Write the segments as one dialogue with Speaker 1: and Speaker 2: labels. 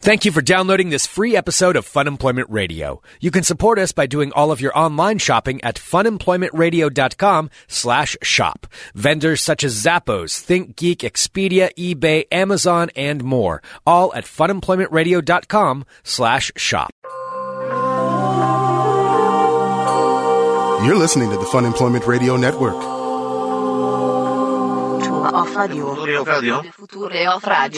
Speaker 1: Thank you for downloading this free episode of Fun Employment Radio. You can support us by doing all of your online shopping at funemploymentradio.com slash shop. Vendors such as Zappos, ThinkGeek, Expedia, eBay, Amazon, and more. All at funemploymentradio.com slash shop.
Speaker 2: You're listening to the Fun Employment Radio Network.
Speaker 3: Future of radio.
Speaker 4: Future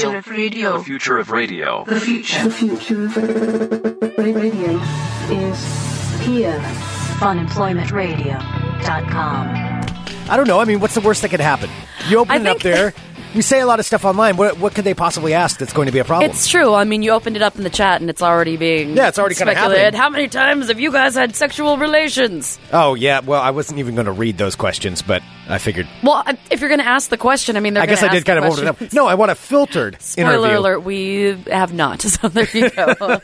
Speaker 4: of radio.
Speaker 3: Future of radio.
Speaker 5: The
Speaker 4: The future of radio.
Speaker 5: future.
Speaker 6: The future of radio is here.
Speaker 3: Funemploymentradio.com.
Speaker 7: I don't know. I mean, what's the worst that could happen? You open
Speaker 8: I
Speaker 7: it up
Speaker 8: think-
Speaker 7: there. We say a lot of stuff online. What, what could they possibly ask that's going to be a problem?
Speaker 8: It's true. I mean, you opened it up in the chat and it's already being
Speaker 7: Yeah, it's already kinda
Speaker 8: speculated.
Speaker 7: happening.
Speaker 8: How many times have you guys had sexual relations?
Speaker 7: oh, yeah. Well, I wasn't even going to read those questions, but I figured.
Speaker 8: Well, I- if you're going to ask the question, I mean, they're
Speaker 7: I guess I
Speaker 8: gonna
Speaker 7: did
Speaker 8: ask the
Speaker 7: kind of open it up.
Speaker 8: question.
Speaker 7: No, I want a filtered
Speaker 8: Spoiler
Speaker 7: interview.
Speaker 8: alert: We have not. So there you go.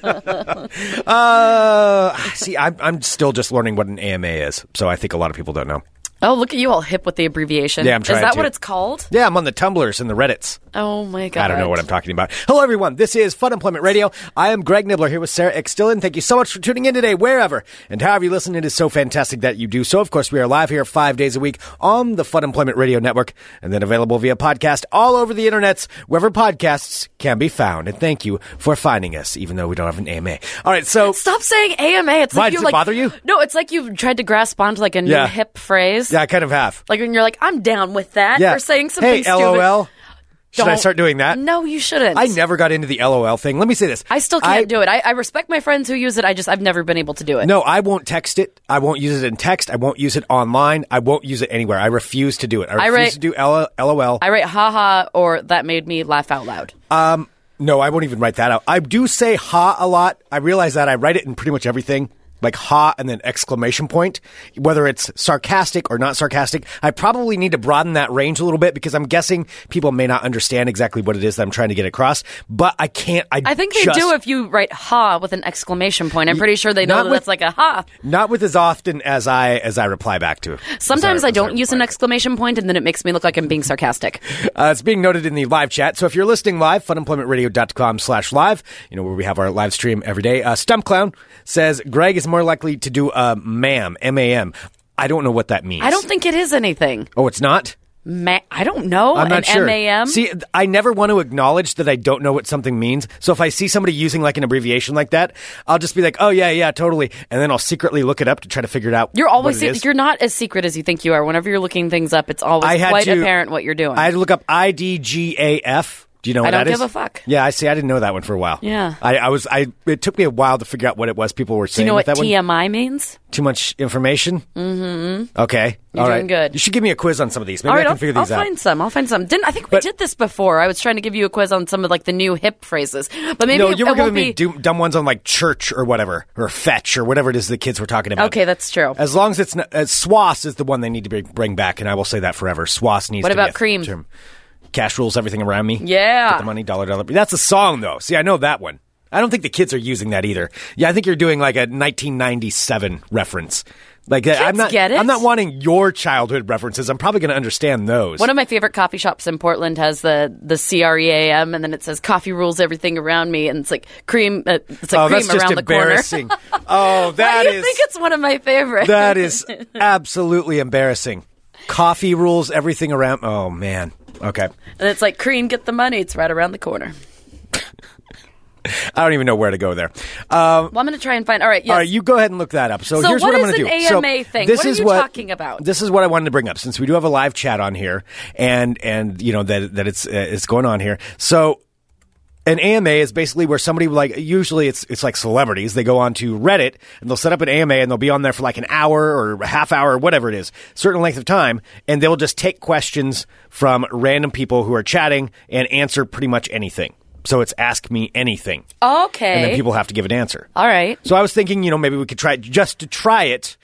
Speaker 7: Uh, see, I'm, I'm still just learning what an AMA is, so I think a lot of people don't know.
Speaker 8: oh, look at you all hip with the abbreviation.
Speaker 7: Yeah, I'm trying
Speaker 8: Is that
Speaker 7: to.
Speaker 8: what it's called?
Speaker 7: Yeah, I'm on the Tumblrs and the Reddits.
Speaker 8: Oh my god!
Speaker 7: I don't know what I'm talking about. Hello, everyone. This is Fun Employment Radio. I am Greg Nibbler here with Sarah Extillin. Thank you so much for tuning in today, wherever and however you listen. It is so fantastic that you do so. Of course, we are live here five days a week on the Fun Employment Radio Network and then available via podcast all over the internets, wherever podcasts can be found. And thank you for finding us, even though we don't have an AMA. All right, so
Speaker 8: Stop saying AMA. It's
Speaker 7: Why,
Speaker 8: like you
Speaker 7: does it
Speaker 8: like
Speaker 7: bother you?
Speaker 8: No, it's like you've tried to grasp onto like a new
Speaker 7: Yeah.
Speaker 8: hip phrase.
Speaker 7: yeah, I kind of have.
Speaker 8: Like when you're like, I'm down with that.
Speaker 7: Yeah.
Speaker 8: Or saying something
Speaker 7: hey,
Speaker 8: stupid.
Speaker 7: LOL. Should I
Speaker 8: Don't-
Speaker 7: start doing that?
Speaker 8: No, you shouldn't.
Speaker 7: I never got into the LOL thing. Let me say this.
Speaker 8: I still can't do it. I, I respect my friends who use it. I just I've never been able to do it.
Speaker 7: No, I won't text it. I won't use it in text. I won't use it online. I won't use it anywhere. I refuse to do it. I refuse
Speaker 8: write-
Speaker 7: to do L- LOL.
Speaker 8: I write haha or that made me laugh out loud.
Speaker 7: no, I won't even write that out. I do say ha a lot. I realize that I write it in pretty much everything. Like ha and then exclamation point, whether it's sarcastic or not sarcastic. I probably need to broaden that range a little bit because I'm guessing people may not understand exactly what it is that I'm trying to get across. But I can't. I,
Speaker 8: I think they
Speaker 7: just-
Speaker 8: do if you write ha with an exclamation point. I'm pretty sure they know
Speaker 7: not
Speaker 8: that
Speaker 7: with-
Speaker 8: that's like a ha.
Speaker 7: not with as often as I as I reply back to.
Speaker 8: Sometimes
Speaker 7: as
Speaker 8: I don't
Speaker 7: as
Speaker 8: use an
Speaker 7: reply.
Speaker 8: exclamation point and then it makes me look like I'm being sarcastic.
Speaker 7: Uh, it's being noted in the live chat. So if you're listening live, funemploymentradio.com slash live, you know, where we have our live stream every day. Uh, Stump Clown says, Greg is more likely to do a MAM, M-A-M. I don't know what that means.
Speaker 8: I don't think it is anything.
Speaker 7: Oh, it's not?
Speaker 8: Ma- I don't know.
Speaker 7: I'm
Speaker 8: an
Speaker 7: not sure.
Speaker 8: MAM.
Speaker 7: See, th- I never want to acknowledge that I don't know what something means. So if I see somebody using like an abbreviation like that, I'll just be like, oh, yeah, yeah, totally. And then I'll secretly look it up to try to figure it out.
Speaker 8: you're
Speaker 7: what
Speaker 8: always
Speaker 7: it
Speaker 8: se-
Speaker 7: is.
Speaker 8: you're not as secret as you think you are. Whenever you're looking things up, it's always
Speaker 7: I had
Speaker 8: quite
Speaker 7: to-
Speaker 8: apparent what you're doing.
Speaker 7: I had to look up IDGAF. Do you know
Speaker 8: I
Speaker 7: what
Speaker 8: don't
Speaker 7: that is?
Speaker 8: give a fuck.
Speaker 7: Yeah, I see. I didn't know that one for a while.
Speaker 8: Yeah.
Speaker 7: I, I was. I. It took me a while to figure out what it was. People were
Speaker 8: do
Speaker 7: saying
Speaker 8: you know
Speaker 7: with
Speaker 8: what
Speaker 7: that one.
Speaker 8: TMI means?
Speaker 7: Too much information. Mm-hmm. Okay. All right.
Speaker 8: doing good.
Speaker 7: You should give me a quiz on some of these. Maybe
Speaker 8: All
Speaker 7: I
Speaker 8: right,
Speaker 7: can
Speaker 8: I'll-
Speaker 7: figure these
Speaker 8: I'll
Speaker 7: out.
Speaker 8: find some. I'll find some. Didn't I think we
Speaker 7: But-
Speaker 8: did this before? I was trying to give you a quiz on some of like the new hip phrases, but maybe
Speaker 7: no,
Speaker 8: it,
Speaker 7: you were
Speaker 8: it
Speaker 7: giving
Speaker 8: won't
Speaker 7: me
Speaker 8: be-
Speaker 7: dum- dumb ones on like church or whatever, or fetch or whatever it is the kids were talking about.
Speaker 8: Okay, that's true.
Speaker 7: As long as it's not, as swass is the one they need to be, bring back, and I will say that forever. Swass needs.
Speaker 8: What
Speaker 7: to be
Speaker 8: about
Speaker 7: a th-
Speaker 8: cream?
Speaker 7: term. Cash rules everything around me.
Speaker 8: Yeah.
Speaker 7: Get the money, dollar, dollar. That's a song though. See, I know that one. I don't think the kids are using that either. Yeah, I think you're doing like a 1997 reference. Like uh, I'm not.
Speaker 8: get it.
Speaker 7: I'm not wanting your childhood references. I'm probably going to understand those.
Speaker 8: One of my favorite coffee shops in Portland has the the CREAM, and then it says "Coffee rules everything around me," and it's like cream. Uh, it's like
Speaker 7: oh,
Speaker 8: cream
Speaker 7: that's just
Speaker 8: around the corner.
Speaker 7: embarrassing. oh,
Speaker 8: Why
Speaker 7: that
Speaker 8: do
Speaker 7: is.
Speaker 8: you think it's one of my favorites?
Speaker 7: That is absolutely embarrassing. Coffee rules everything around. Oh man. Okay.
Speaker 8: and it's like cream, get the money. It's right around the corner.
Speaker 7: I don't even know where to go there. Um,
Speaker 8: Well, I'm going to try and find. All right, yes.
Speaker 7: All right, you go ahead and look that up. So,
Speaker 8: So
Speaker 7: here's what,
Speaker 8: what
Speaker 7: I'm
Speaker 8: is
Speaker 7: going to do.
Speaker 8: an
Speaker 7: So
Speaker 8: AMA thing?
Speaker 7: This
Speaker 8: What are
Speaker 7: is
Speaker 8: you
Speaker 7: what,
Speaker 8: talking about?
Speaker 7: This is what I wanted to bring up since we do have a live chat on here, and and you know that that it's uh, it's going on here. So an AMA is basically where somebody like usually it's it's like celebrities. They go on to Reddit and they'll set up an AMA and they'll be on there for like an hour or a half hour or whatever it is, certain length of time, and they'll just take questions from random people who are chatting and answer pretty much anything. So it's ask me anything.
Speaker 8: okay.
Speaker 7: And then people have to give an answer.
Speaker 8: all right.
Speaker 7: So I was thinking, you know, maybe we could try it just to try it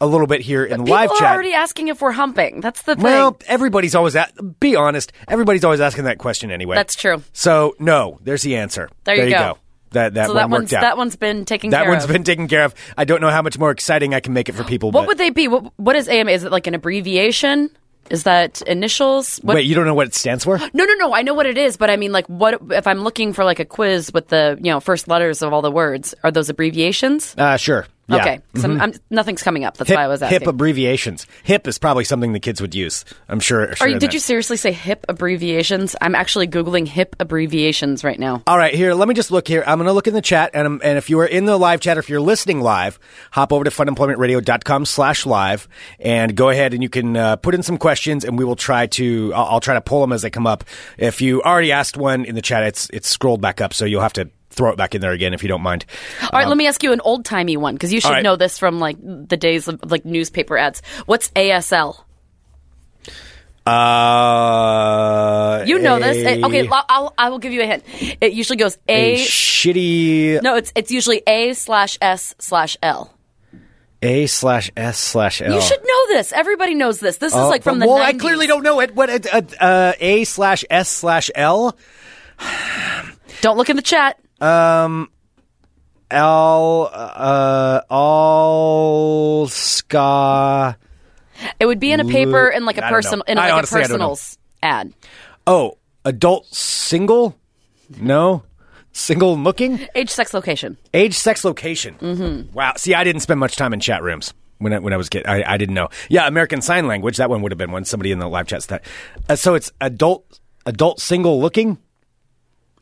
Speaker 7: a little bit here in the
Speaker 8: People
Speaker 7: live
Speaker 8: are
Speaker 7: chat.
Speaker 8: already asking if we're humping. That's the thing.
Speaker 7: well, everybody's always at. Be honest, everybody's always asking that question anyway.
Speaker 8: That's true.
Speaker 7: So no, there's the answer.
Speaker 8: There you go.
Speaker 7: That that
Speaker 8: so
Speaker 7: one
Speaker 8: that
Speaker 7: worked
Speaker 8: one's
Speaker 7: out.
Speaker 8: that one's been taken
Speaker 7: That
Speaker 8: care
Speaker 7: one's
Speaker 8: of.
Speaker 7: been taken care of. I don't know how much more exciting I can make it for people.
Speaker 8: What
Speaker 7: but
Speaker 8: would they be? What, what is AMA? Is it like an abbreviation? Is that initials? What?
Speaker 7: Wait, you don't know what it stands for?
Speaker 8: No, no, no. I know what it is, but I mean, like, what if I'm looking for like a quiz with the you know first letters of all the words? Are those abbreviations?
Speaker 7: Uh, sure. Yeah. Mm-hmm.
Speaker 8: Okay, 'cause I'm, I'm, nothing's coming up. That's
Speaker 7: Hip,
Speaker 8: why I was asking.
Speaker 7: hip abbreviations. Hip is probably something the kids would use. I'm sure.
Speaker 8: Are
Speaker 7: sure
Speaker 8: you,
Speaker 7: of
Speaker 8: did
Speaker 7: that.
Speaker 8: you seriously say hip abbreviations? I'm actually googling hip abbreviations right now.
Speaker 7: All right, here. Let me just look here. I'm going to look in the chat, and um, and if you are in the live chat, or if you're listening live, hop over to funemploymentradio.com/live and go ahead and you can uh, put in some questions, and we will try to. I'll, I'll try to pull them as they come up. If you already asked one in the chat, it's it's scrolled back up, so you'll have to throw it back in there again if you don't mind.
Speaker 8: All right, let me ask you an old timey one because you should
Speaker 7: right.
Speaker 8: know this from like the days of like newspaper ads. What's ASL?
Speaker 7: Uh,
Speaker 8: You know this.
Speaker 7: a-
Speaker 8: Eh, Okay, I'll, I'll, I will give you a hint. It usually goes
Speaker 7: a
Speaker 8: A.
Speaker 7: shitty
Speaker 8: no, it's it's usually A slash S slash L.
Speaker 7: a slash s slash l.
Speaker 8: You should know this. Everybody knows this. This is
Speaker 7: Oh,
Speaker 8: like from
Speaker 7: but-
Speaker 8: the.
Speaker 7: well,
Speaker 8: 90s.
Speaker 7: I clearly don't know it. What uh, uh, a slash s slash l
Speaker 8: Don't look in the chat.
Speaker 7: l uh all ska.
Speaker 8: It would be in a paper and like
Speaker 7: I
Speaker 8: a
Speaker 7: don't know.
Speaker 8: person in
Speaker 7: I
Speaker 8: like
Speaker 7: honestly, I
Speaker 8: a
Speaker 7: don't know.
Speaker 8: personals ad.
Speaker 7: Oh, adult single? No, single looking.
Speaker 8: Age, sex, location.
Speaker 7: Age, sex, location. Mm-hmm. Wow. See, I didn't spend much time in chat rooms. When I, when I was kid, I, I didn't know. Yeah, American Sign Language. That one would have been one. Somebody in the live chat said. Uh, so it's adult, adult single looking.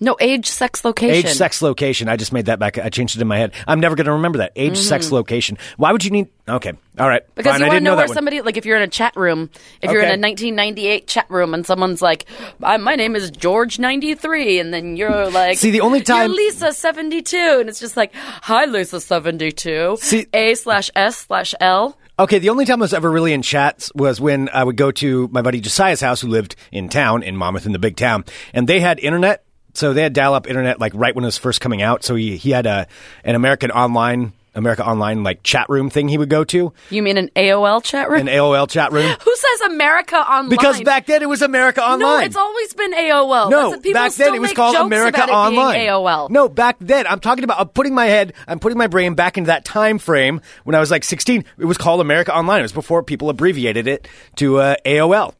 Speaker 8: No, age, sex,
Speaker 7: Age,
Speaker 8: location.
Speaker 7: sex, location. I just made that back. I changed it in my head. I'm never going to remember that. Age, sex, location. Why would you need? Okay, all right.
Speaker 8: Mm-hmm. Because
Speaker 7: Fine.
Speaker 8: you
Speaker 7: I
Speaker 8: want to
Speaker 7: didn't
Speaker 8: know,
Speaker 7: know,
Speaker 8: where
Speaker 7: that
Speaker 8: somebody, like if you're in a chat room, if you're in a
Speaker 7: Okay.
Speaker 8: 1998 chat room and someone's like, "I- my name is George93, and then you're like,
Speaker 7: See, the only time-
Speaker 8: You're Lisa72, and it's just like, hi, Lisa72,
Speaker 7: See-
Speaker 8: A slash S slash L.
Speaker 7: one. Okay, the only time I was ever really in chats was when I would go to my buddy Josiah's house, who lived in town in Monmouth, in the big town, and they had internet. So they had dial-up internet, like right when it was first coming out. So he he had a an American Online, America Online, like chat room thing he would go to,
Speaker 8: You mean an AOL chat room?
Speaker 7: an AOL chat room.
Speaker 8: Who says America online?
Speaker 7: Because back then it was America Online.
Speaker 8: No, it's always been AOL.
Speaker 7: No,
Speaker 8: That's- people
Speaker 7: back
Speaker 8: still
Speaker 7: then it was
Speaker 8: make
Speaker 7: called
Speaker 8: jokes
Speaker 7: America
Speaker 8: about it
Speaker 7: Online.
Speaker 8: Being AOL.
Speaker 7: No, back then I'm talking about. I'm putting my head. I'm putting my brain back into that time frame when I was like 16. It was called America Online. It was before people abbreviated it to uh, AOL.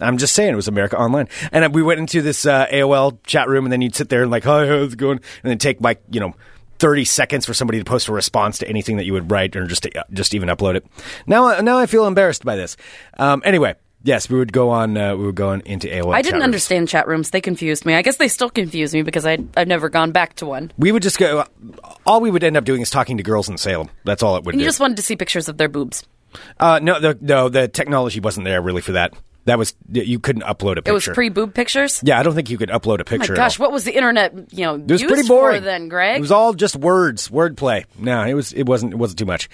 Speaker 7: I'm just saying it was America Online, and uh, we went into this uh, AOL chat room, and then you'd sit there and like, "Hi, how's it going?" And then take like you know. 30 seconds for somebody to post a response to anything that you would write or just to, just even upload it. Now uh, now I feel embarrassed by this. Um, anyway, yes, we would go on uh, we would go on into AOL.
Speaker 8: I
Speaker 7: chat
Speaker 8: didn't
Speaker 7: rooms.
Speaker 8: understand chat rooms. They confused me. I guess they still confuse me because I, I've never gone back to one.
Speaker 7: We would just go. All we would end up doing is talking to girls in Salem. That's all it would
Speaker 8: And
Speaker 7: do.
Speaker 8: you just wanted to see pictures of their boobs.
Speaker 7: uh, no, the, no, the technology wasn't there really for that. That was you couldn't upload a picture.
Speaker 8: It was pre boob pictures?
Speaker 7: Yeah, I don't think you could upload a
Speaker 8: My
Speaker 7: picture. at
Speaker 8: gosh,
Speaker 7: all.
Speaker 8: what was the internet, you know,
Speaker 7: it was
Speaker 8: used
Speaker 7: pretty boring.
Speaker 8: for then, Greg?
Speaker 7: it was all just words, wordplay. No, it was. It wasn't. It wasn't too much.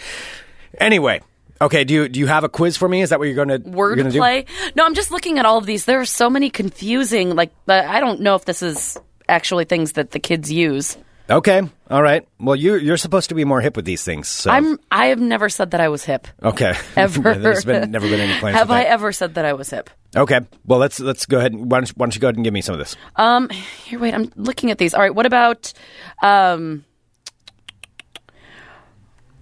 Speaker 7: Anyway, okay. Do you do you have a quiz for me? Is that what you're going to do?
Speaker 8: wordplay. No, I'm just looking at all of these. There are so many confusing, like, but I don't know if this is actually things that the kids use.
Speaker 7: Okay, all right. Well, you you're supposed to be more hip with these things. So
Speaker 8: I'm, I have never said that I was hip.
Speaker 7: okay.
Speaker 8: Ever.
Speaker 7: There's been never been any plans.
Speaker 8: Have
Speaker 7: with
Speaker 8: I
Speaker 7: that.
Speaker 8: ever said that I was hip?
Speaker 7: Okay. Well, let's let's go ahead. And, why, don't you, why don't you go ahead and give me some of this?
Speaker 8: Um, here, wait, I'm looking at these. All right, what about, um,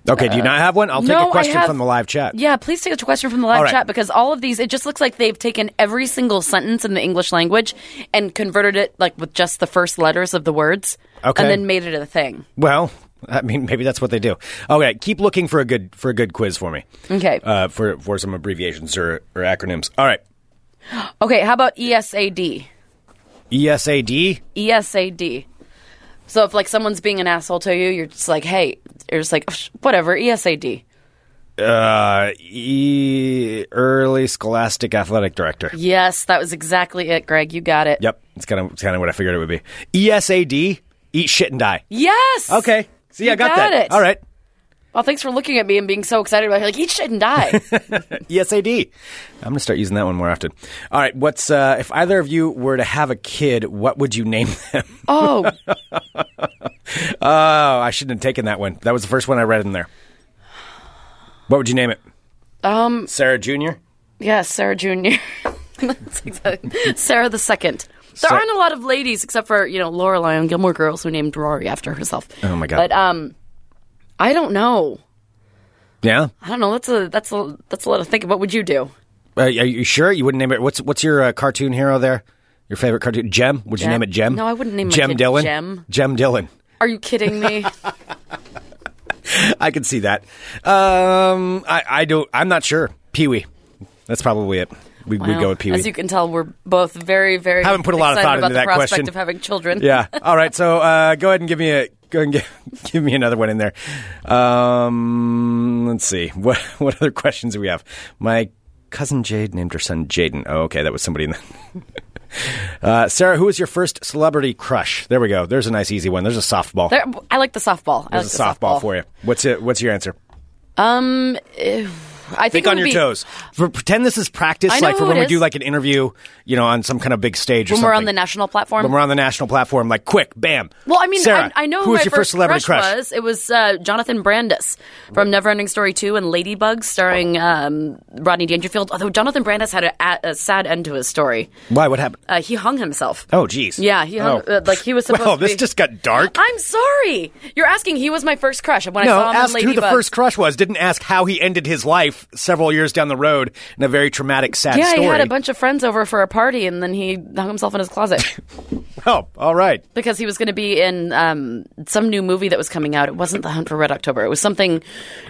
Speaker 7: Okay, do you not have one? I'll take
Speaker 8: Uh, no,
Speaker 7: a
Speaker 8: I
Speaker 7: question
Speaker 8: have-
Speaker 7: from the live chat.
Speaker 8: yeah, please take a question from the live
Speaker 7: All right.
Speaker 8: chat because all of these, it just looks like they've taken every single sentence in the English language and converted it like with just the first letters of the words
Speaker 7: Okay.
Speaker 8: and then made it a thing.
Speaker 7: Well, I mean, maybe that's what they do. Okay, keep looking for a good for a good quiz for me.
Speaker 8: Okay.
Speaker 7: Uh, for for some abbreviations or, or acronyms. All right,
Speaker 8: okay, how about E ESAD?
Speaker 7: E ESAD.
Speaker 8: E ESAD. So if like someone's being an asshole to you, you're just like, hey, you're just like, "Psh, whatever, E ESAD.
Speaker 7: Uh, e early scholastic athletic director.
Speaker 8: Yes, that was exactly it, Greg. You got it.
Speaker 7: Yep, it's kind of it's kind of what I figured it would be. E ESAD. Eat shit and die.
Speaker 8: Yes.
Speaker 7: Okay. See, I
Speaker 8: You
Speaker 7: got,
Speaker 8: got
Speaker 7: that.
Speaker 8: it.
Speaker 7: All right.
Speaker 8: Well, thanks for looking at me and being so excited about it. Like, eat shit and die.
Speaker 7: E ESAD. I'm gonna start using that one more often. All right. What's uh, if either of you were to have a kid, what would you name them?
Speaker 8: oh,
Speaker 7: Oh, I shouldn't have taken that one. That was the first one I read in there. What would you name it? Um, Sarah Junior.
Speaker 8: yes, Sarah Junior. That's exactly- Sarah the second. There
Speaker 7: Sa-
Speaker 8: aren't a lot of ladies except for you know Lorelai on Gilmore Girls who named Rory after herself.
Speaker 7: Oh, my God.
Speaker 8: But um, I don't know.
Speaker 7: Yeah.
Speaker 8: I don't know. That's a that's a that's a lot to think. What would you do?
Speaker 7: Uh, are you sure you wouldn't name it? What's what's your uh, cartoon hero there? Your favorite cartoon? Gem? Would you
Speaker 8: Gem?
Speaker 7: name it Gem?
Speaker 8: No, I wouldn't name my
Speaker 7: Gem
Speaker 8: kid
Speaker 7: Dylan.
Speaker 8: Gem.
Speaker 7: Gem Dylan.
Speaker 8: Are you kidding me?
Speaker 7: I could see that. Um, I, I don't. I'm not sure. Pee Wee. That's probably it. We we
Speaker 8: Wow.
Speaker 7: go with Pee Wee.
Speaker 8: As you can tell, we're both very, very
Speaker 7: Haven't put a lot of
Speaker 8: excited
Speaker 7: thought
Speaker 8: about
Speaker 7: into
Speaker 8: the
Speaker 7: that
Speaker 8: prospect
Speaker 7: question.
Speaker 8: of having children.
Speaker 7: yeah. All right. So uh, go ahead and give me a go ahead and give, give me another one in there. Um, let's see what what other questions do we have. My cousin Jade named her son Jaden. Oh, okay, that was somebody in the. Uh, Sarah, who was your first celebrity crush? There we go. There's a nice easy one. There's a softball.
Speaker 8: There- I like the softball. I like
Speaker 7: There's
Speaker 8: the
Speaker 7: a softball, for you. What's it? What's your answer?
Speaker 8: eh, I think
Speaker 7: Think
Speaker 8: it
Speaker 7: on
Speaker 8: would
Speaker 7: your
Speaker 8: be-
Speaker 7: toes. For, pretend this is
Speaker 8: I
Speaker 7: practice,
Speaker 8: know
Speaker 7: like for
Speaker 8: who
Speaker 7: when
Speaker 8: it
Speaker 7: we
Speaker 8: is.
Speaker 7: do like an interview, you know, on some kind of big stage. or
Speaker 8: when we're
Speaker 7: something.
Speaker 8: on the national platform.
Speaker 7: When we're on the national platform, like quick, bam.
Speaker 8: well, I mean,
Speaker 7: Sarah,
Speaker 8: I, I know
Speaker 7: who was
Speaker 8: my
Speaker 7: your first celebrity crush.
Speaker 8: was. It was uh, Jonathan Brandis from Neverending Story 2 and Ladybug, starring
Speaker 7: Oh.
Speaker 8: um, Rodney Dangerfield. Although Jonathan Brandis had a, a, a sad end to his story.
Speaker 7: Why? What happened?
Speaker 8: Uh, he hung himself.
Speaker 7: Oh, jeez.
Speaker 8: Yeah, he hung,
Speaker 7: Oh.
Speaker 8: uh, like he was supposed
Speaker 7: Well,
Speaker 8: to be.
Speaker 7: this just got dark.
Speaker 8: I'm sorry. You're asking. He was my first crush when I
Speaker 7: no,
Speaker 8: saw him
Speaker 7: asked who
Speaker 8: in
Speaker 7: the
Speaker 8: Ladybug.
Speaker 7: first crush was. Didn't ask how he ended his life several years down the road in a very traumatic, sad
Speaker 8: yeah,
Speaker 7: story.
Speaker 8: he had a bunch of friends over for a party, and then he hung himself in his closet
Speaker 7: Oh, all right.
Speaker 8: because he was going to be in um, some new movie that was coming out. It wasn't The Hunt for Red October. It was something.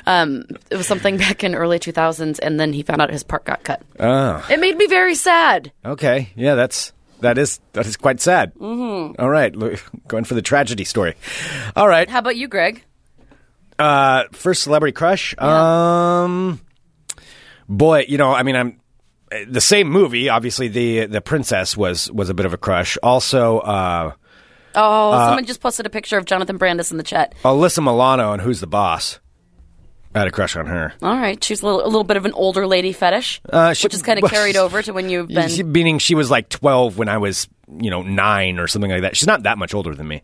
Speaker 8: Um, it was something back in early 2000s, and then he found out his part got cut.
Speaker 7: Ah.
Speaker 8: Oh. It made me very sad.
Speaker 7: Okay. Yeah, that's that is that is quite sad. Mm-hmm. right, lo- going for the tragedy story. All right.
Speaker 8: How about you, Greg?
Speaker 7: Uh, first celebrity crush. Um, boy, you know, I mean, I'm eh, the same movie. Obviously, the the princess was was a bit of a crush. Also, uh,
Speaker 8: Oh, someone just posted a picture of Jonathan Brandis in the chat.
Speaker 7: Alyssa Milano and Who's the Boss. I had a crush on her.
Speaker 8: All right, she's a little, a little bit of an older lady fetish,
Speaker 7: Uh, she-
Speaker 8: which is kind of carried over to when you've been.
Speaker 7: She- meaning she was like 12 when I was, you know, 9 or something like that. She's not that much older than me.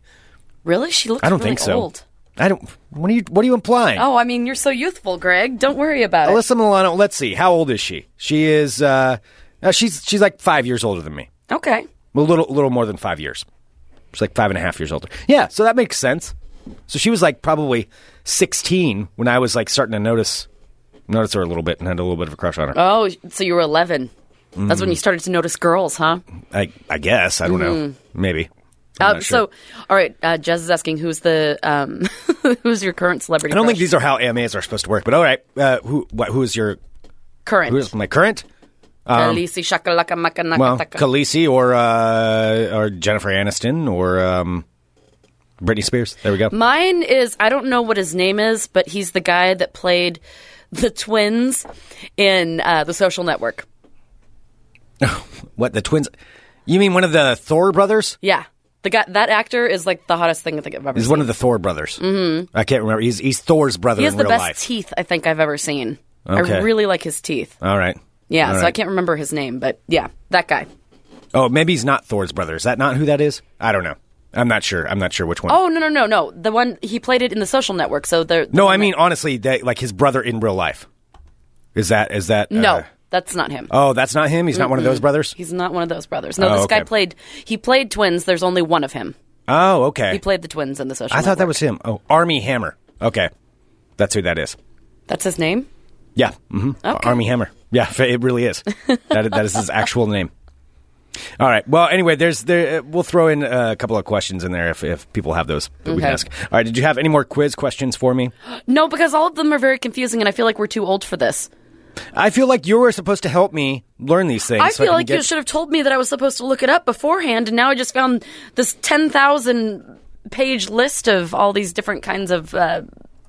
Speaker 8: Really, she looks.
Speaker 7: I don't
Speaker 8: really
Speaker 7: think so.
Speaker 8: Old.
Speaker 7: I don't What are you what are you implying?
Speaker 8: Oh, I mean, you're so youthful, Greg. Don't worry about it.
Speaker 7: Alyssa Milano, let's see. How old is she? She is uh, uh she's she's like 5 years older than me.
Speaker 8: Okay.
Speaker 7: A little little more than 5 years. She's like five and a half years older. Yeah, so that makes sense. So she was like probably 16 when I was like starting to notice notice her a little bit and had a little bit of a crush on her.
Speaker 8: Oh, so you were 11.
Speaker 7: Mm.
Speaker 8: That's when you started to notice girls, huh?
Speaker 7: I I guess I don't know. Maybe. I'm
Speaker 8: Mm-hmm. Uh,
Speaker 7: not sure.
Speaker 8: So, all right. Uh, Jez is asking who's the um, who's your current celebrity?
Speaker 7: I don't think these are how AMAs are supposed to work. But all right, uh, who what, who is your
Speaker 8: current.
Speaker 7: who is my current?
Speaker 8: Khaleesi shakalaka makanaka
Speaker 7: Well,
Speaker 8: taka.
Speaker 7: Khaleesi or uh, or Jennifer Aniston or um, Britney Spears. There we go.
Speaker 8: Mine is I don't know what his name is, but he's the guy that played the twins in uh, the Social Network.
Speaker 7: what the twins? You mean one of the Thor brothers?
Speaker 8: Yeah, the guy that actor is like the hottest thing I think I've ever.
Speaker 7: He's
Speaker 8: seen.
Speaker 7: one of the Thor brothers. Mm-hmm. I can't remember. He's he's Thor's brother
Speaker 8: He has
Speaker 7: in
Speaker 8: the
Speaker 7: real
Speaker 8: best
Speaker 7: life.
Speaker 8: teeth I think I've ever seen. I
Speaker 7: Okay.
Speaker 8: really like his teeth.
Speaker 7: all right.
Speaker 8: Yeah,
Speaker 7: All
Speaker 8: so I
Speaker 7: right.
Speaker 8: can't remember his name, but yeah, that guy.
Speaker 7: Oh, maybe he's not Thor's brother. Is that not who that is? I don't know. I'm not sure. I'm not sure which one.
Speaker 8: Oh no no no no! The one he played it in the Social Network. So there.
Speaker 7: no, I mean honestly, that like his brother in real life. Is that is that
Speaker 8: no,
Speaker 7: uh,
Speaker 8: that's not him.
Speaker 7: Oh, that's not him. He's not one of those brothers.
Speaker 8: He's not one of those brothers. No,
Speaker 7: Oh,
Speaker 8: this guy
Speaker 7: okay.
Speaker 8: played. He played twins. There's only one of him.
Speaker 7: Oh, okay.
Speaker 8: He played the twins in the Social.
Speaker 7: I thought that
Speaker 8: Network.
Speaker 7: was him. Oh, Army Hammer. Okay, that's who that is.
Speaker 8: That's his name.
Speaker 7: Yeah. hmm Army Hammer. Yeah, f- it really is. that that is his actual name. All right. Well, anyway, there's there. Uh, we'll throw in uh, a couple of questions in there if, if people have those that we can
Speaker 8: Okay.
Speaker 7: ask. All right. Did you have any more quiz questions for me?
Speaker 8: No, because all of them are very confusing, and I feel like we're too old for this.
Speaker 7: I feel like you were supposed to help me learn these things.
Speaker 8: I
Speaker 7: so
Speaker 8: feel
Speaker 7: can
Speaker 8: like you
Speaker 7: get-
Speaker 8: should have told me that I was supposed to look it up beforehand, and now I just found this ten thousand page list of all these different kinds of uh,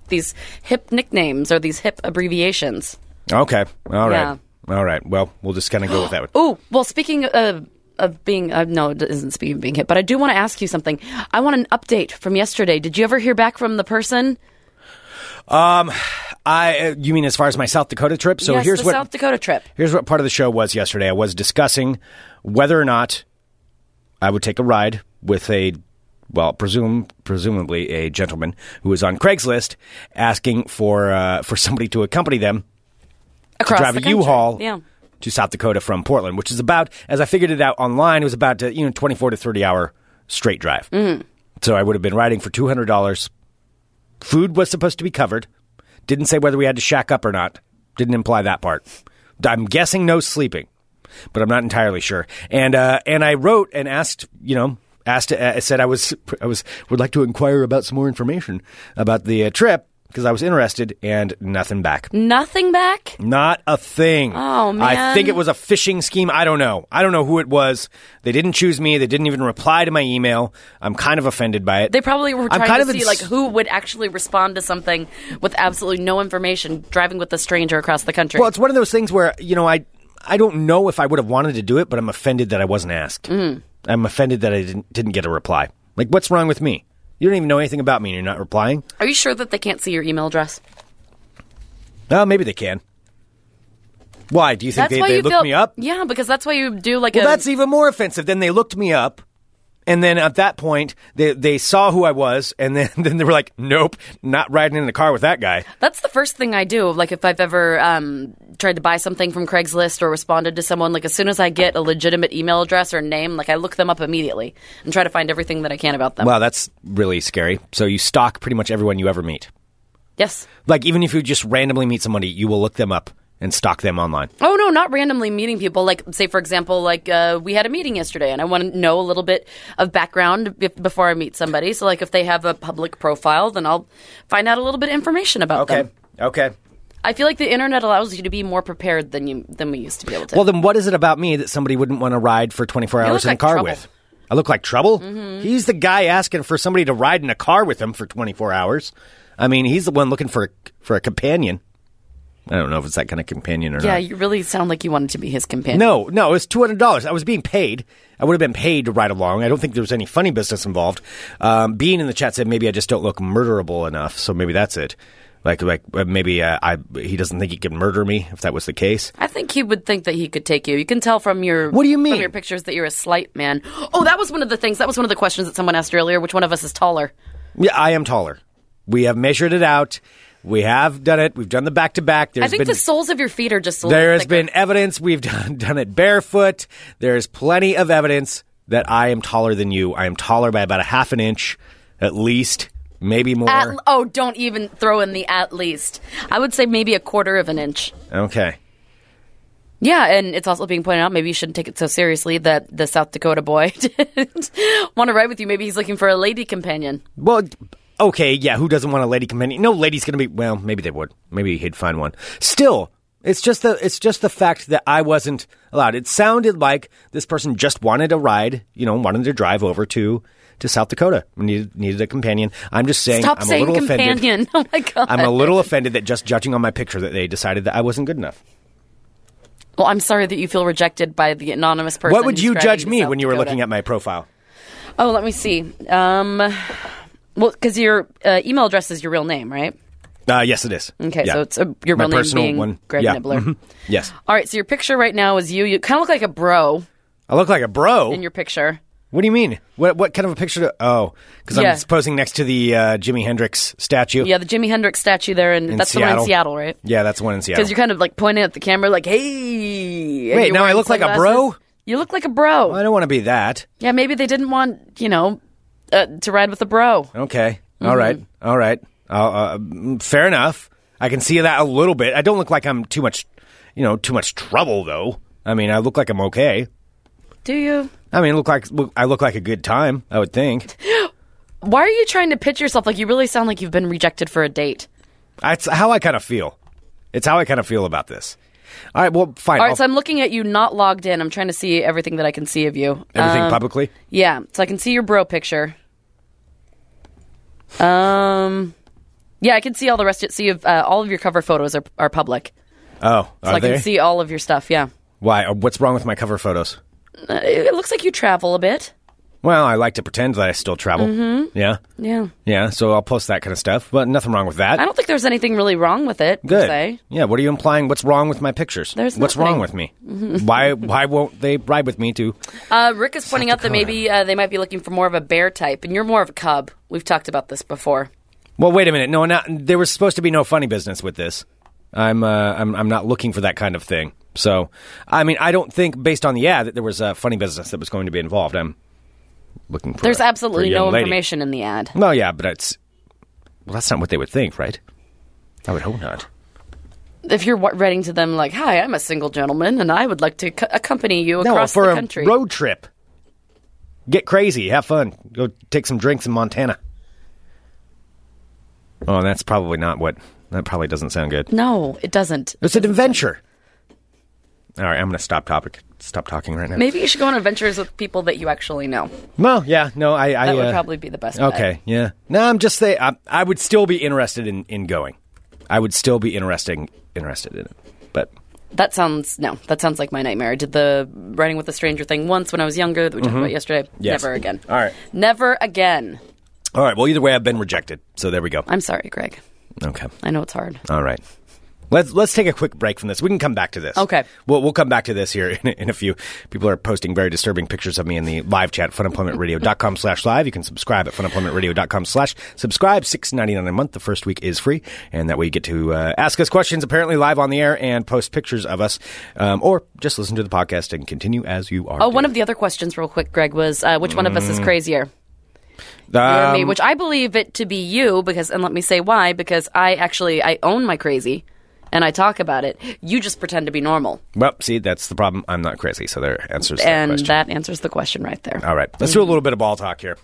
Speaker 8: these hip nicknames or these hip abbreviations.
Speaker 7: Okay. All right.
Speaker 8: Yeah.
Speaker 7: All right. Well, we'll just kind of go with that. one.
Speaker 8: Oh, well, speaking of, of being, uh, no, it isn't speaking of being hit, but I do want to ask you something. I want an update from yesterday. Did you ever hear back from the person?
Speaker 7: I. Uh, you mean as far as my South Dakota trip? So
Speaker 8: yes,
Speaker 7: here's
Speaker 8: the
Speaker 7: what
Speaker 8: South Dakota trip.
Speaker 7: Here's what part of the show was yesterday. I was discussing whether or not I would take a ride with a, well, presume presumably a gentleman who was on Craigslist asking for uh, for somebody to accompany them
Speaker 8: Across
Speaker 7: drive
Speaker 8: the
Speaker 7: a
Speaker 8: country.
Speaker 7: U-Haul
Speaker 8: Yeah.
Speaker 7: to South Dakota from Portland, which is about, as I figured it out online, it was about uh, you know twenty four to thirty hour straight drive.
Speaker 8: Mm-hmm.
Speaker 7: So I would have been riding for two hundred dollars. Food was supposed to be covered. Didn't say whether we had to shack up or not. Didn't imply that part. I'm guessing no sleeping, but I'm not entirely sure. And uh, and I wrote and asked, you know, asked, uh, said I was I was would like to inquire about some more information about the uh, trip because I was interested, and nothing back.
Speaker 8: Nothing back?
Speaker 7: Not a thing.
Speaker 8: Oh,
Speaker 7: I think
Speaker 8: man.
Speaker 7: it was a phishing scheme. I don't know. I don't know who it was. They didn't choose me. They didn't even reply to my email. I'm kind of offended by it.
Speaker 8: They probably were
Speaker 7: I'm
Speaker 8: trying
Speaker 7: kind
Speaker 8: to
Speaker 7: of
Speaker 8: see
Speaker 7: ins-
Speaker 8: like who would actually respond to something with absolutely no information, driving with a stranger across the country.
Speaker 7: Well, it's one of those things where you know I I don't know if I would have wanted to do it, but I'm offended that I wasn't asked.
Speaker 8: Mm-hmm.
Speaker 7: I'm offended that I didn't didn't get a reply. Like, what's wrong with me? You don't even know anything about me, and you're not replying.
Speaker 8: Are you sure that they can't see your email address?
Speaker 7: Oh, maybe they can. Why do you think
Speaker 8: That's
Speaker 7: they,
Speaker 8: why
Speaker 7: they
Speaker 8: you
Speaker 7: looked
Speaker 8: built-
Speaker 7: me up?
Speaker 8: Yeah, because that's why you do like
Speaker 7: Well,
Speaker 8: a.
Speaker 7: that's even more offensive. Then they looked me up, and then at that point, they they saw who I was, and then then they were like, "Nope, not riding in the car with that guy."
Speaker 8: That's the first thing I do. Like if I've ever um, tried to buy something from Craigslist or responded to someone, like as soon as I get a legitimate email address or name, like I look them up immediately and try to find everything that I can about them.
Speaker 7: Wow, that's really scary. So you stalk pretty much everyone you ever meet.
Speaker 8: yes.
Speaker 7: Like even if you just randomly meet somebody, you will look them up and stalk them online.
Speaker 8: Oh no, not randomly meeting people. Like say for example, like uh, we had a meeting yesterday, and I want to know a little bit of background be- before I meet somebody. So like if they have a public profile, then I'll find out a little bit of information about them.
Speaker 7: Okay.
Speaker 8: I feel like the internet allows you to be more prepared than you than we used to be able to.
Speaker 7: Well, then what is it about me that somebody wouldn't want to ride for 24
Speaker 8: You
Speaker 7: hours
Speaker 8: look
Speaker 7: in a
Speaker 8: like
Speaker 7: car
Speaker 8: trouble. Mm-hmm.
Speaker 7: with? I look like trouble? He's the guy asking for somebody to ride in a car with him for 24 hours. I mean, he's the one looking for for a companion. I don't know if it's that kind of companion or
Speaker 8: yeah,
Speaker 7: not.
Speaker 8: you really sound like you wanted to be his companion.
Speaker 7: No, no, it was two hundred dollars. I was being paid. I would have been paid to ride along. I don't think there was any funny business involved. Um, being in the chat said maybe I just don't look murderable enough, so maybe that's it. Like like uh, maybe uh, I he doesn't think he could murder me if that was the case.
Speaker 8: I think he would think that he could take you. You can tell from your
Speaker 7: What do you mean?
Speaker 8: from your pictures that you're a slight man. Oh, that was one of the things. That was one of the questions that someone asked earlier. Which one of us is taller?
Speaker 7: Yeah, I am taller. We have measured it out. We have done it. We've done the back to back. There's
Speaker 8: I think
Speaker 7: been
Speaker 8: the soles of your feet are just. A little
Speaker 7: there has
Speaker 8: thicker.
Speaker 7: been evidence. We've done done it barefoot. There is plenty of evidence that I am taller than you. I am taller by about a half an inch, at least, maybe more.
Speaker 8: At, oh, don't even throw in the at least. I would say maybe a quarter of an inch.
Speaker 7: okay.
Speaker 8: Yeah, and it's also being pointed out maybe you shouldn't take it so seriously that the South Dakota boy didn't want to ride with you. Maybe he's looking for a lady companion.
Speaker 7: Well, okay, yeah. Who doesn't want a lady companion? No lady's gonna be. Well, maybe they would. Maybe he'd find one. Still, it's just the it's just the fact that I wasn't allowed. It sounded like this person just wanted a ride. You know, wanted to drive over to to South Dakota. Needed needed a companion. I'm just saying.
Speaker 8: Stop
Speaker 7: I'm a
Speaker 8: saying
Speaker 7: little offended.
Speaker 8: companion. Oh my god.
Speaker 7: I'm a little offended that just judging on my picture that they decided that I wasn't good enough.
Speaker 8: well, I'm sorry that you feel rejected by the anonymous person.
Speaker 7: What would you
Speaker 8: describing
Speaker 7: judge me
Speaker 8: South
Speaker 7: when you were
Speaker 8: Dakota.
Speaker 7: looking at my profile?
Speaker 8: Oh, let me see. Um, well, because your uh, email address is your real name, right?
Speaker 7: Uh, yes, it is.
Speaker 8: Okay,
Speaker 7: Yeah.
Speaker 8: so it's uh, your
Speaker 7: my
Speaker 8: real name
Speaker 7: personal
Speaker 8: being
Speaker 7: one.
Speaker 8: Greg
Speaker 7: yeah.
Speaker 8: Nibbler. Uh,
Speaker 7: Mhm. Yes,
Speaker 8: All right, so your picture right now is you. You kind of look like a bro
Speaker 7: I look like a bro.
Speaker 8: in your picture.
Speaker 7: What do you mean? What what kind of a picture? Do, oh, because
Speaker 8: Yeah.
Speaker 7: I'm posing next to the uh, Jimi Hendrix statue.
Speaker 8: Yeah, the Jimi Hendrix statue there, and
Speaker 7: in
Speaker 8: that's the one in Seattle, right?
Speaker 7: Yeah, that's the one in Seattle.
Speaker 8: Because you're kind of like pointing at the camera, like, "Hey." and
Speaker 7: Wait,
Speaker 8: you're
Speaker 7: now I
Speaker 8: wearing
Speaker 7: look like a bro?
Speaker 8: sunglasses. You look like a bro.
Speaker 7: I don't want to be that.
Speaker 8: Yeah, maybe they didn't want you know uh, to ride with a bro.
Speaker 7: Okay.
Speaker 8: Mm-hmm.
Speaker 7: All right. All right. I'll, uh, mm, fair enough. I can see that a little bit. I don't look like I'm too much, you know, too much trouble though. I mean, I look like I'm okay.
Speaker 8: Do you?
Speaker 7: I mean, look like look, I look like a good time. I would think.
Speaker 8: Why are you trying to pitch yourself like you really sound like you've been rejected for a date?
Speaker 7: That's how I kind of feel. It's how I kind of feel about this. All right. Well, fine.
Speaker 8: All right,
Speaker 7: I'll-
Speaker 8: so I'm looking at you not logged in. I'm trying to see everything that I can see of you.
Speaker 7: everything
Speaker 8: Um,
Speaker 7: publicly.
Speaker 8: Yeah, so I can see your bro picture. Um, yeah, I can see all the rest. Of, see, if, uh, all of your cover photos are are public,
Speaker 7: Oh,
Speaker 8: so
Speaker 7: are
Speaker 8: I can
Speaker 7: they?
Speaker 8: see all of your stuff. Yeah,
Speaker 7: Why? Uh, What's wrong with my cover photos?
Speaker 8: Uh, it it looks like you travel a bit.
Speaker 7: Well, I like to pretend that I still travel.
Speaker 8: Mm-hmm.
Speaker 7: Yeah.
Speaker 8: Yeah,
Speaker 7: Yeah. So I'll post that kind of stuff. But nothing wrong with that.
Speaker 8: I don't think there's anything really wrong with it. per
Speaker 7: Good.
Speaker 8: se.
Speaker 7: Yeah. What are you implying? What's wrong with my pictures?
Speaker 8: There's
Speaker 7: What's
Speaker 8: nothing. Mm-hmm.
Speaker 7: wrong with me? why? Why won't they ride with me too?
Speaker 8: Uh, Rick is pointing out that maybe uh, they might be looking for more of a bear type, and you're more of a cub. We've talked about this before.
Speaker 7: Well, wait a minute. No, not, there was supposed to be no funny business with this. I'm, uh, I'm, I'm not looking for that kind of thing. So, I mean, I don't think based on the ad that there was a funny business that was going to be involved. I'm looking for.
Speaker 8: There's
Speaker 7: a- for a
Speaker 8: absolutely
Speaker 7: young
Speaker 8: no
Speaker 7: lady.
Speaker 8: information in the ad.
Speaker 7: Well, yeah, but it's. Well, that's not what they would think, right? I would hope not.
Speaker 8: if you're wa- writing to them like, "Hi, I'm a single gentleman, and I would like to co- accompany you
Speaker 7: No,
Speaker 8: across
Speaker 7: for
Speaker 8: the
Speaker 7: a
Speaker 8: country."
Speaker 7: road trip. Get crazy, have fun, go take some drinks in Montana. Oh, that's probably not what. That probably doesn't sound good.
Speaker 8: no, it doesn't.
Speaker 7: It's an adventure. All right, I'm going to stop topic. Stop talking right now.
Speaker 8: Maybe you should go on adventures with people that you actually know.
Speaker 7: Well, yeah, no, I. I
Speaker 8: That
Speaker 7: uh,
Speaker 8: would probably be the best. bet.
Speaker 7: Okay, yeah. No, I'm just saying. I, I would still be interested in in going. I would still be interesting interested in it, but
Speaker 8: That sounds no. That sounds like my nightmare. I did the writing with a stranger thing once when I was younger that we talked about yesterday.
Speaker 7: Mm-hmm. Yes.
Speaker 8: Never again.
Speaker 7: All right.
Speaker 8: Never again.
Speaker 7: all right. Well, either way, I've been rejected, so there we go.
Speaker 8: I'm sorry, Greg.
Speaker 7: Okay.
Speaker 8: I know it's hard.
Speaker 7: All right. Let's let's take a quick break from this. We can come back to this.
Speaker 8: Okay.
Speaker 7: We'll we'll come back to this here in, in a few. People are posting very disturbing pictures of me in the live chat funemploymentradio.com slash live. You can subscribe at funemploymentradio.com slash subscribe. Six ninety nine a month. The first week is free, and that way you get to uh, ask us questions apparently live on the air and post pictures of us, um, or just listen to the podcast and continue as you are.
Speaker 8: Oh, one of the other questions, real quick, Greg, was uh, which one of
Speaker 7: Mm.
Speaker 8: us is crazier?
Speaker 7: the
Speaker 8: You or me? Which I believe it to be you because, and let me say why. Because I actually I own my crazy, and I talk about it. You just pretend to be normal,
Speaker 7: well, see, that's the problem. I'm not crazy, so there answers that
Speaker 8: and
Speaker 7: question.
Speaker 8: that answers the question right there.
Speaker 7: All right, let's do a little bit of ball talk here.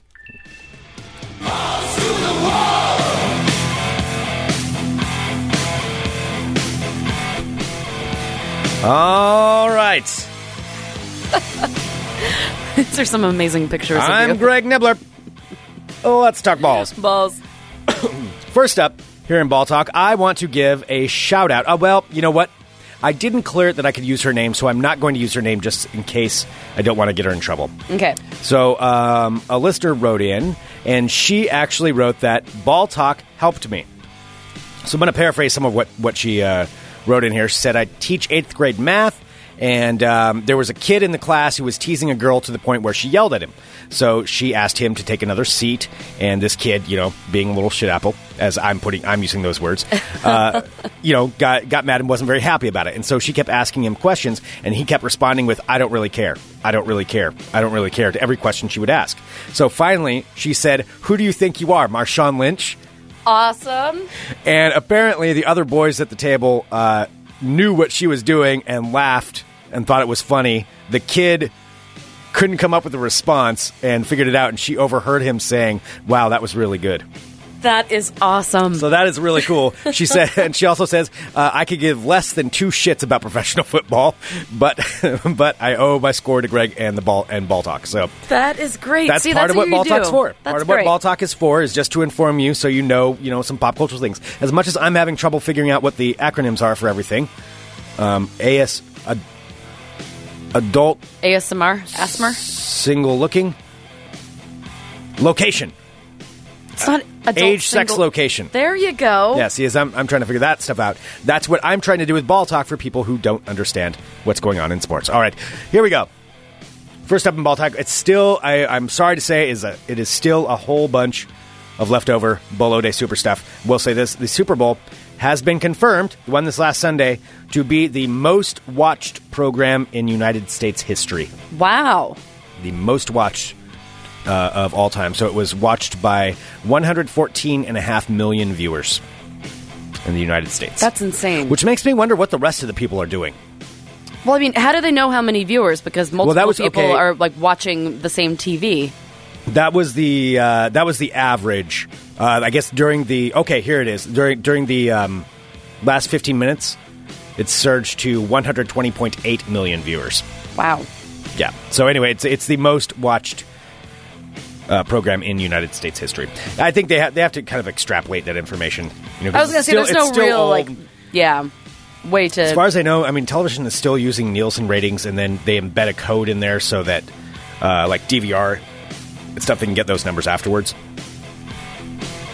Speaker 7: All right,
Speaker 8: These are some amazing pictures.
Speaker 7: I'm
Speaker 8: of you.
Speaker 7: Greg Nibbler. Let's talk balls.
Speaker 8: Balls.
Speaker 7: First up, here in Ball Talk, I want to give a shout out. Oh, well, you know what? I didn't clear it that I could use her name, so I'm not going to use her name just in case I don't want to get her in trouble.
Speaker 8: Okay.
Speaker 7: So um, a listener wrote in, and she actually wrote that ball talk helped me. So I'm going to paraphrase some of what what she uh, wrote in here. She said, "I teach eighth grade math." And um, there was a kid in the class who was teasing a girl to the point where she yelled at him. So she asked him to take another seat. And this kid, you know, being a little shit apple, as I'm putting, I'm using those words, uh, you know, got got mad and wasn't very happy about it. And so she kept asking him questions, and he kept responding with, "I don't really care. I don't really care. I don't really care." To every question she would ask. So finally, she said, "Who do you think you are, Marshawn Lynch?"
Speaker 8: Awesome.
Speaker 7: And apparently, the other boys at the table uh, knew what she was doing and laughed and thought it was funny. The kid couldn't come up with a response and figured it out, and she overheard him saying, Wow, that was really good.
Speaker 8: That is awesome.
Speaker 7: So that is really cool. She said, and she also says, uh, I could give less than two shits about professional football, but but I owe my score to Greg and the ball and ball talk. So
Speaker 8: That is great.
Speaker 7: that's
Speaker 8: See,
Speaker 7: part
Speaker 8: that's
Speaker 7: of what
Speaker 8: you
Speaker 7: Ball
Speaker 8: do.
Speaker 7: Talk's for.
Speaker 8: That's
Speaker 7: part of
Speaker 8: great.
Speaker 7: what Ball Talk is for is just to inform you so you know, you know, some pop cultural things. As much as I'm having trouble figuring out what the acronyms are for everything, um, AS ad, adult
Speaker 8: ASMR, ASMR.
Speaker 7: single looking location,
Speaker 8: It's not adult
Speaker 7: age, sex,
Speaker 8: single-
Speaker 7: location.
Speaker 8: There you go.
Speaker 7: Yeah, see, as I'm, I'm trying to figure that stuff out. That's what I'm trying to do with ball talk for people who don't understand what's going on in sports. All right, here we go. First up in ball talk, it's still, I, I'm sorry to say, is a, it is still a whole bunch of leftover Bolo Day Super stuff. We'll say this the Super Bowl has been confirmed, the one this last Sunday, to be the most watched program in United States history
Speaker 8: Wow.
Speaker 7: the most watched uh, of all time. So it was watched by 114.5 million viewers in the United States.
Speaker 8: That's insane.
Speaker 7: Which makes me wonder what the rest of the people are doing.
Speaker 8: well, I mean, how do they know how many viewers? Because multiple
Speaker 7: that was-
Speaker 8: people
Speaker 7: okay.
Speaker 8: are like watching the same TV.
Speaker 7: That was the uh, that was the average. Uh, I guess during the okay, here it is during during the um, last 15 minutes, it surged to 120.8 million viewers.
Speaker 8: Wow.
Speaker 7: Yeah. So anyway, it's it's the most watched uh, program in United States history. I think they have they have to kind of extrapolate that information. You know, 'cause
Speaker 8: I was gonna
Speaker 7: it's
Speaker 8: say
Speaker 7: still-
Speaker 8: there's
Speaker 7: it's
Speaker 8: no
Speaker 7: still
Speaker 8: real
Speaker 7: old.
Speaker 8: like yeah way to
Speaker 7: As far as I know, I mean, television is still using Nielsen ratings, and then they embed a code in there so that uh, like DVR and stuff they can get those numbers afterwards.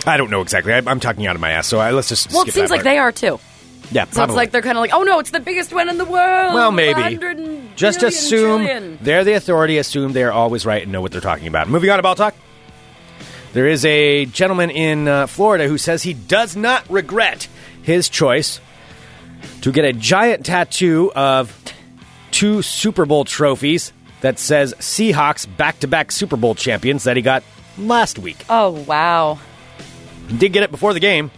Speaker 7: I don't know exactly. I, I'm talking out of my ass, so I, let's just.
Speaker 8: well, it
Speaker 7: skip
Speaker 8: seems
Speaker 7: that
Speaker 8: like
Speaker 7: part.
Speaker 8: they are too.
Speaker 7: Yeah,
Speaker 8: So it's like they're kind of like, oh no, it's the biggest one in the world.
Speaker 7: Well, maybe.
Speaker 8: 100
Speaker 7: Just
Speaker 8: billion,
Speaker 7: assume
Speaker 8: trillion.
Speaker 7: they're the authority. Assume they are always right and know what they're talking about. Moving on to ball talk. There is a gentleman in uh, Florida who says he does not regret his choice to get a giant tattoo of two Super Bowl trophies that says Seahawks back-to-back Super Bowl champions that he got last week.
Speaker 8: Oh wow.
Speaker 7: Did get it before the game.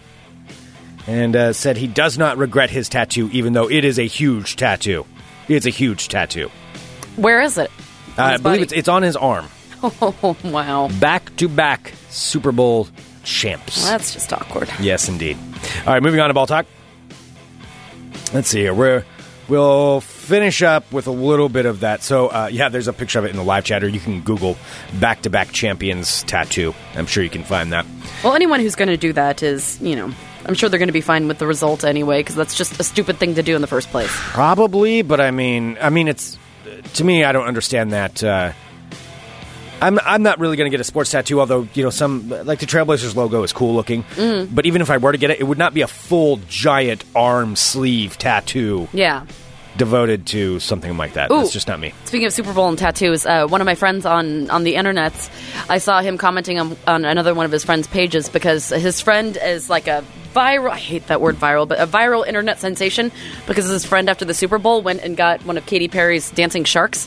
Speaker 7: and uh, said he does not regret his tattoo, even though it is a huge tattoo. It's a huge tattoo.
Speaker 8: Where is it?
Speaker 7: Uh, I
Speaker 8: his
Speaker 7: believe
Speaker 8: body.
Speaker 7: it's, it's on his arm.
Speaker 8: Oh, wow.
Speaker 7: Back to back Super Bowl champs.
Speaker 8: That's just awkward.
Speaker 7: Yes, indeed. All right, moving on to ball talk. Let's see here. We're, we'll finish up with a little bit of that. So, uh, yeah, there's a picture of it in the live chat, or you can Google back to back champions tattoo. I'm sure you can find that.
Speaker 8: Well, anyone who's going to do that is, you know, I'm sure they're going to be fine with the result anyway, because that's just a stupid thing to do in the first place.
Speaker 7: Probably, but I mean, I mean, it's to me. I don't understand that. Uh, I'm I'm not really going to get a sports tattoo, although you know some like the Trailblazers logo is cool looking.
Speaker 8: Mm-hmm.
Speaker 7: But even if I were to get it, it would not be a full giant arm sleeve tattoo
Speaker 8: Yeah.
Speaker 7: devoted to something like that.
Speaker 8: Ooh.
Speaker 7: That's just not me.
Speaker 8: Speaking of Super Bowl and tattoos, uh, one of my friends on on the internet, I saw him commenting on, on another one of his friend's pages because his friend is like a viral. I hate that word viral, but a viral internet sensation because his friend after the Super Bowl went and got one of Katy Perry's dancing sharks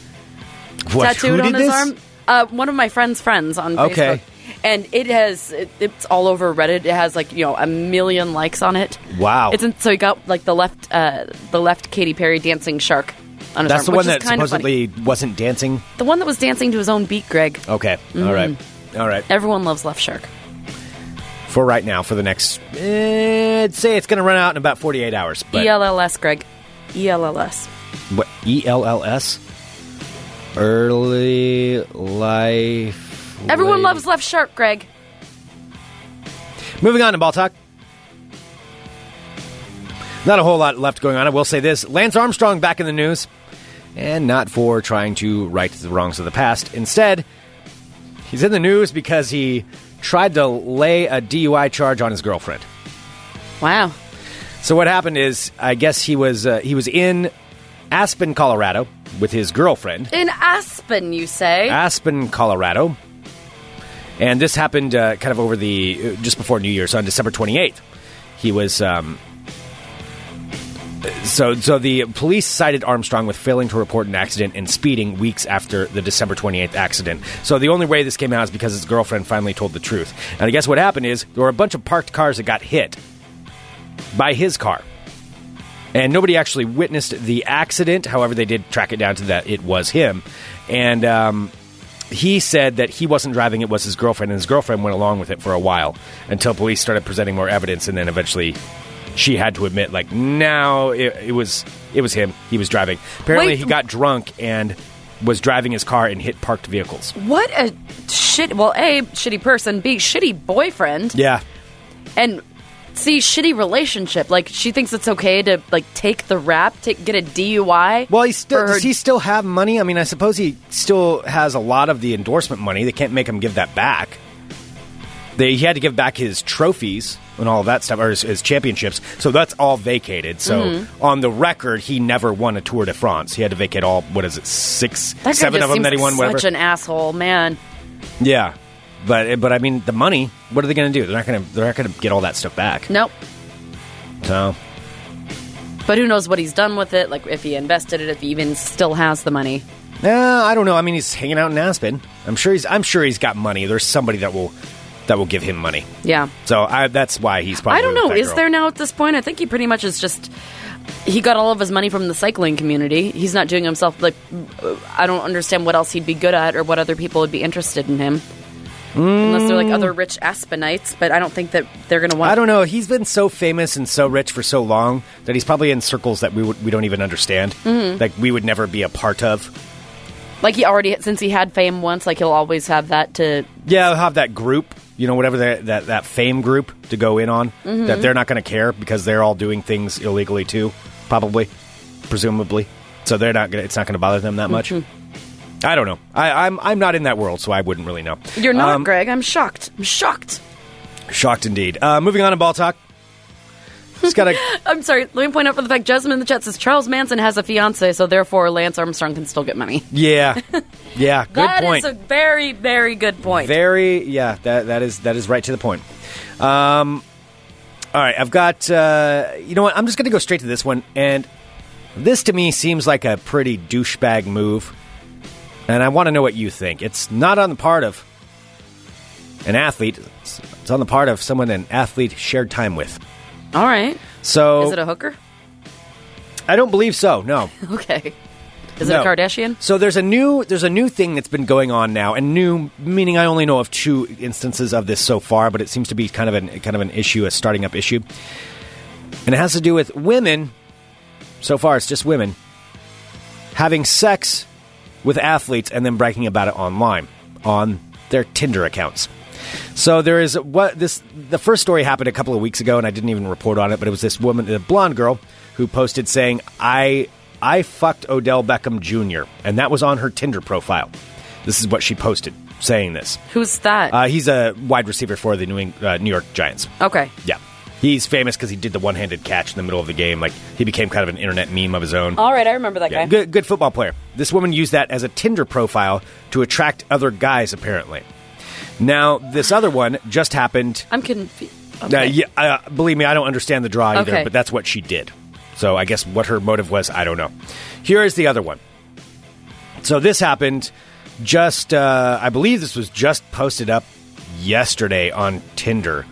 Speaker 7: What, who
Speaker 8: tattooed on
Speaker 7: did
Speaker 8: his
Speaker 7: this?
Speaker 8: arm. Uh, one of my friend's friends on
Speaker 7: Okay.
Speaker 8: Facebook. And it has it, it's all over Reddit. It has like you know a million likes on it.
Speaker 7: Wow.
Speaker 8: It's in, so he got like the left uh, the left Katy Perry dancing shark. On his
Speaker 7: That's the
Speaker 8: arm, which
Speaker 7: one
Speaker 8: is
Speaker 7: that
Speaker 8: kind of funny.
Speaker 7: supposedly Oh. wasn't dancing.
Speaker 8: The one that was dancing to his own beat, Greg.
Speaker 7: Okay, all right,
Speaker 8: Mm-hmm.
Speaker 7: all right.
Speaker 8: Everyone loves Left Shark.
Speaker 7: For right now, for the next, eh, I'd say it's going to run out in about 48 hours.
Speaker 8: E
Speaker 7: But
Speaker 8: ELLS, Greg. E ELLS.
Speaker 7: What E ELLS? Early life.
Speaker 8: Everyone
Speaker 7: late-
Speaker 8: loves Left Shark, Greg.
Speaker 7: Moving on to ball talk. Not a whole lot left going on. I will say this: Lance Armstrong back in the news, and not for trying to right the wrongs of the past. Instead, he's in the news because he tried to lay a DUI charge on his girlfriend.
Speaker 8: Wow.
Speaker 7: So what happened is, I guess he was uh, he was in Aspen, Colorado, with his girlfriend.
Speaker 8: In Aspen, you say?
Speaker 7: Aspen, Colorado. And this happened uh, kind of over the just before New Year's on December 28th. He was um, so so the police cited Armstrong with failing to report an accident and speeding weeks after the December 28th accident. So the only way this came out is because his girlfriend finally told the truth. And I guess what happened is there were a bunch of parked cars that got hit by his car. And nobody actually witnessed the accident. However, they did track it down to that it was him. And um, he said that he wasn't driving, it was his girlfriend. And his girlfriend went along with it for a while until police started presenting more evidence. And then eventually she had to admit, like, no, it, it, was, it was him. He was driving. Apparently,
Speaker 8: Wait.
Speaker 7: he got drunk and was driving his car and hit parked vehicles.
Speaker 8: what a shit. Well, A, shitty person. B, shitty boyfriend.
Speaker 7: Yeah.
Speaker 8: And C, shitty relationship. Like, she thinks it's okay to, like, take the rap, take, get a DUI.
Speaker 7: Well, he still
Speaker 8: for her-
Speaker 7: does. He still have money. I mean, I suppose he still has a lot of the endorsement money. They can't make him give that back. They, he had to give back his trophies and all of that stuff, or his, his championships. So that's all vacated. So
Speaker 8: Mm-hmm.
Speaker 7: on the record, he never won a Tour de France. He had to vacate all. What is it? Six,
Speaker 8: that guy
Speaker 7: seven
Speaker 8: just
Speaker 7: of them
Speaker 8: seems
Speaker 7: that he won.
Speaker 8: Such
Speaker 7: Whatever.
Speaker 8: an asshole, man.
Speaker 7: yeah, but but I mean, the money. What are they going to do? They're not going to. They're not going to get all that stuff back.
Speaker 8: Nope.
Speaker 7: So
Speaker 8: But who knows what he's done with it? Like, if he invested it, if he even still has the money.
Speaker 7: Uh, I don't know. I mean, he's hanging out in Aspen. I'm sure he's. I'm sure he's got money. There's somebody that will that will give him money.
Speaker 8: Yeah.
Speaker 7: So I, that's why he's probably.
Speaker 8: I don't
Speaker 7: with
Speaker 8: know.
Speaker 7: that
Speaker 8: Is
Speaker 7: girl.
Speaker 8: there now at this point? I think he pretty much is just. He got all of his money from the cycling community. He's not doing himself like. uh, I don't understand what else he'd be good at or what other people would be interested in him. Unless they're like other rich Aspenites, but I don't think that they're going to want.
Speaker 7: Mm. I don't know. He's been so famous and so rich for so long that he's probably in circles that we would, we don't even understand.
Speaker 8: Mm-hmm.
Speaker 7: Like we would never be a part of.
Speaker 8: like he already since he had fame once. Like he'll always have that to.
Speaker 7: Yeah, they'll have that group. You know, whatever that that, that fame group to go in on
Speaker 8: Mm-hmm.
Speaker 7: that they're not going to care because they're all doing things illegally too, probably, presumably. So they're not. Gonna, it's not going to bother them that much.
Speaker 8: Mm-hmm.
Speaker 7: I don't know. I, I'm I'm not in that world, so I wouldn't really know.
Speaker 8: You're not,
Speaker 7: Um,
Speaker 8: Greg. I'm shocked. I'm shocked.
Speaker 7: Shocked indeed. Uh, moving on to ball talk. Just got a
Speaker 8: I'm sorry. Let me point out for the fact Jasmine in the chat says Charles Manson has a fiance, so therefore Lance Armstrong can still get money.
Speaker 7: yeah, yeah. Good
Speaker 8: That is
Speaker 7: point.
Speaker 8: a very, very good point.
Speaker 7: Very yeah. That that is that is right to the point. Um, all right, I've got. Uh, you know what? I'm just going to go straight to this one, and this to me seems like a pretty douchebag move, and I want to know what you think. It's not on the part of an athlete. It's it's on the part of someone an athlete shared time with.
Speaker 8: All right.
Speaker 7: So
Speaker 8: Is it a hooker?
Speaker 7: I don't believe so. No.
Speaker 8: Okay. Is
Speaker 7: no.
Speaker 8: it a Kardashian?
Speaker 7: So there's a new there's a new thing that's been going on now, and new meaning I only know of two instances of this so far, but it seems to be kind of an kind of an issue, a starting up issue, and it has to do with women. So far, it's just women having sex with athletes and then bragging about it online on their Tinder accounts. So there is what this the first story happened a couple of weeks ago and I didn't even report on it, but it was this woman, a blonde girl, who posted saying, "I I fucked Odell Beckham Jr." and that was on her Tinder profile. This is what she posted saying this.
Speaker 8: Who's that?
Speaker 7: Uh, he's a wide receiver for the New, Eng- uh, New York Giants.
Speaker 8: okay.
Speaker 7: Yeah. He's famous because he did the one-handed catch in the middle of the game. Like he became kind of an internet meme of his own.
Speaker 8: All right, I remember that
Speaker 7: Yeah,
Speaker 8: guy.
Speaker 7: good, good football player. This woman used that as a Tinder profile to attract other guys, apparently. Now, this other one just happened.
Speaker 8: I'm confused.
Speaker 7: Uh, yeah, uh, believe me, I don't understand the draw either,
Speaker 8: Okay.
Speaker 7: but that's what she did. So I guess what her motive was, I don't know. Here is the other one. So this happened just, uh, I believe this was just posted up yesterday on Tinder.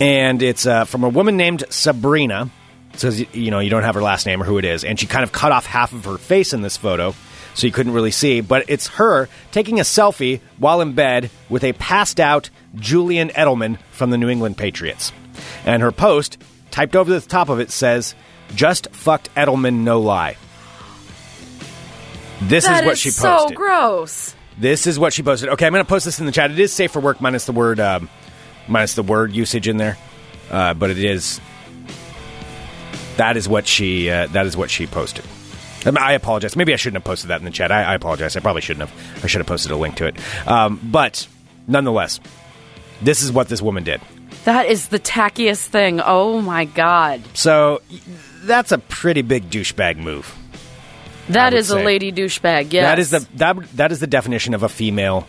Speaker 7: And it's uh, from a woman named Sabrina. So, you know, you don't have her last name or who it is. And she kind of cut off half of her face in this photo, so you couldn't really see. But it's her taking a selfie while in bed with a passed out Julian Edelman from the New England Patriots. And her post, typed over the top of it, says, Just fucked Edelman, no lie. This is
Speaker 8: That
Speaker 7: what
Speaker 8: is
Speaker 7: she
Speaker 8: so
Speaker 7: posted.
Speaker 8: gross.
Speaker 7: This is what she posted. Okay, I'm going to post this in the chat. It is safe for work minus the word um, minus the word usage in there, uh, but it is that is what she uh, that is what she posted. I, mean, I apologize. Maybe I shouldn't have posted that in the chat. I, I apologize. I probably shouldn't have. I should have posted a link to it. Um, but nonetheless, this is what this woman did.
Speaker 8: That is the tackiest thing. Oh my god.
Speaker 7: So y- that's a pretty big douchebag move.
Speaker 8: That
Speaker 7: would
Speaker 8: is a
Speaker 7: say.
Speaker 8: lady douchebag. Yes.
Speaker 7: That is the that that is the definition of a female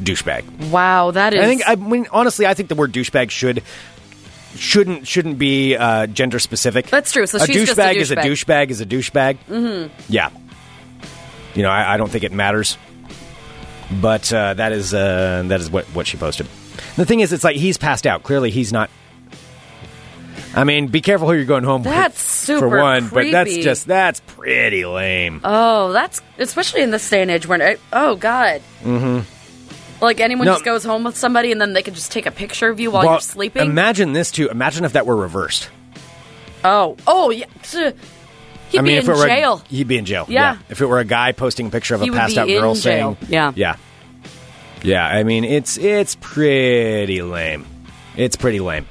Speaker 7: douchebag.
Speaker 8: Wow, that is
Speaker 7: I think I mean honestly, I think the word douchebag should shouldn't shouldn't be uh, gender specific.
Speaker 8: That's true. So
Speaker 7: a
Speaker 8: she's
Speaker 7: douchebag
Speaker 8: just a
Speaker 7: is a
Speaker 8: douchebag.
Speaker 7: douchebag is a douchebag. Mm-hmm. Yeah, you know I, I don't think it matters, but uh, that is uh, that is what what she posted. The thing is, it's like he's passed out. Clearly, he's not. I mean, be careful who you're going home
Speaker 8: That's
Speaker 7: with.
Speaker 8: super
Speaker 7: for one, but that's
Speaker 8: creepy.
Speaker 7: just that's pretty lame.
Speaker 8: Oh, that's especially in this day and age when I, oh god. Mm-hmm. Like anyone
Speaker 7: No.
Speaker 8: just goes home with somebody and then they can just take a picture of you while
Speaker 7: Well,
Speaker 8: you're sleeping.
Speaker 7: Imagine this too. Imagine if that were reversed.
Speaker 8: oh, oh yeah. Psh, He'd
Speaker 7: I mean,
Speaker 8: be
Speaker 7: if
Speaker 8: in
Speaker 7: it were a-
Speaker 8: jail.
Speaker 7: he'd be in jail.
Speaker 8: Yeah.
Speaker 7: If it were a guy posting a picture of
Speaker 8: He
Speaker 7: a
Speaker 8: would
Speaker 7: passed
Speaker 8: be
Speaker 7: out girl
Speaker 8: in jail.
Speaker 7: saying,
Speaker 8: Yeah.
Speaker 7: yeah, yeah. I mean, it's it's pretty lame. It's pretty lame.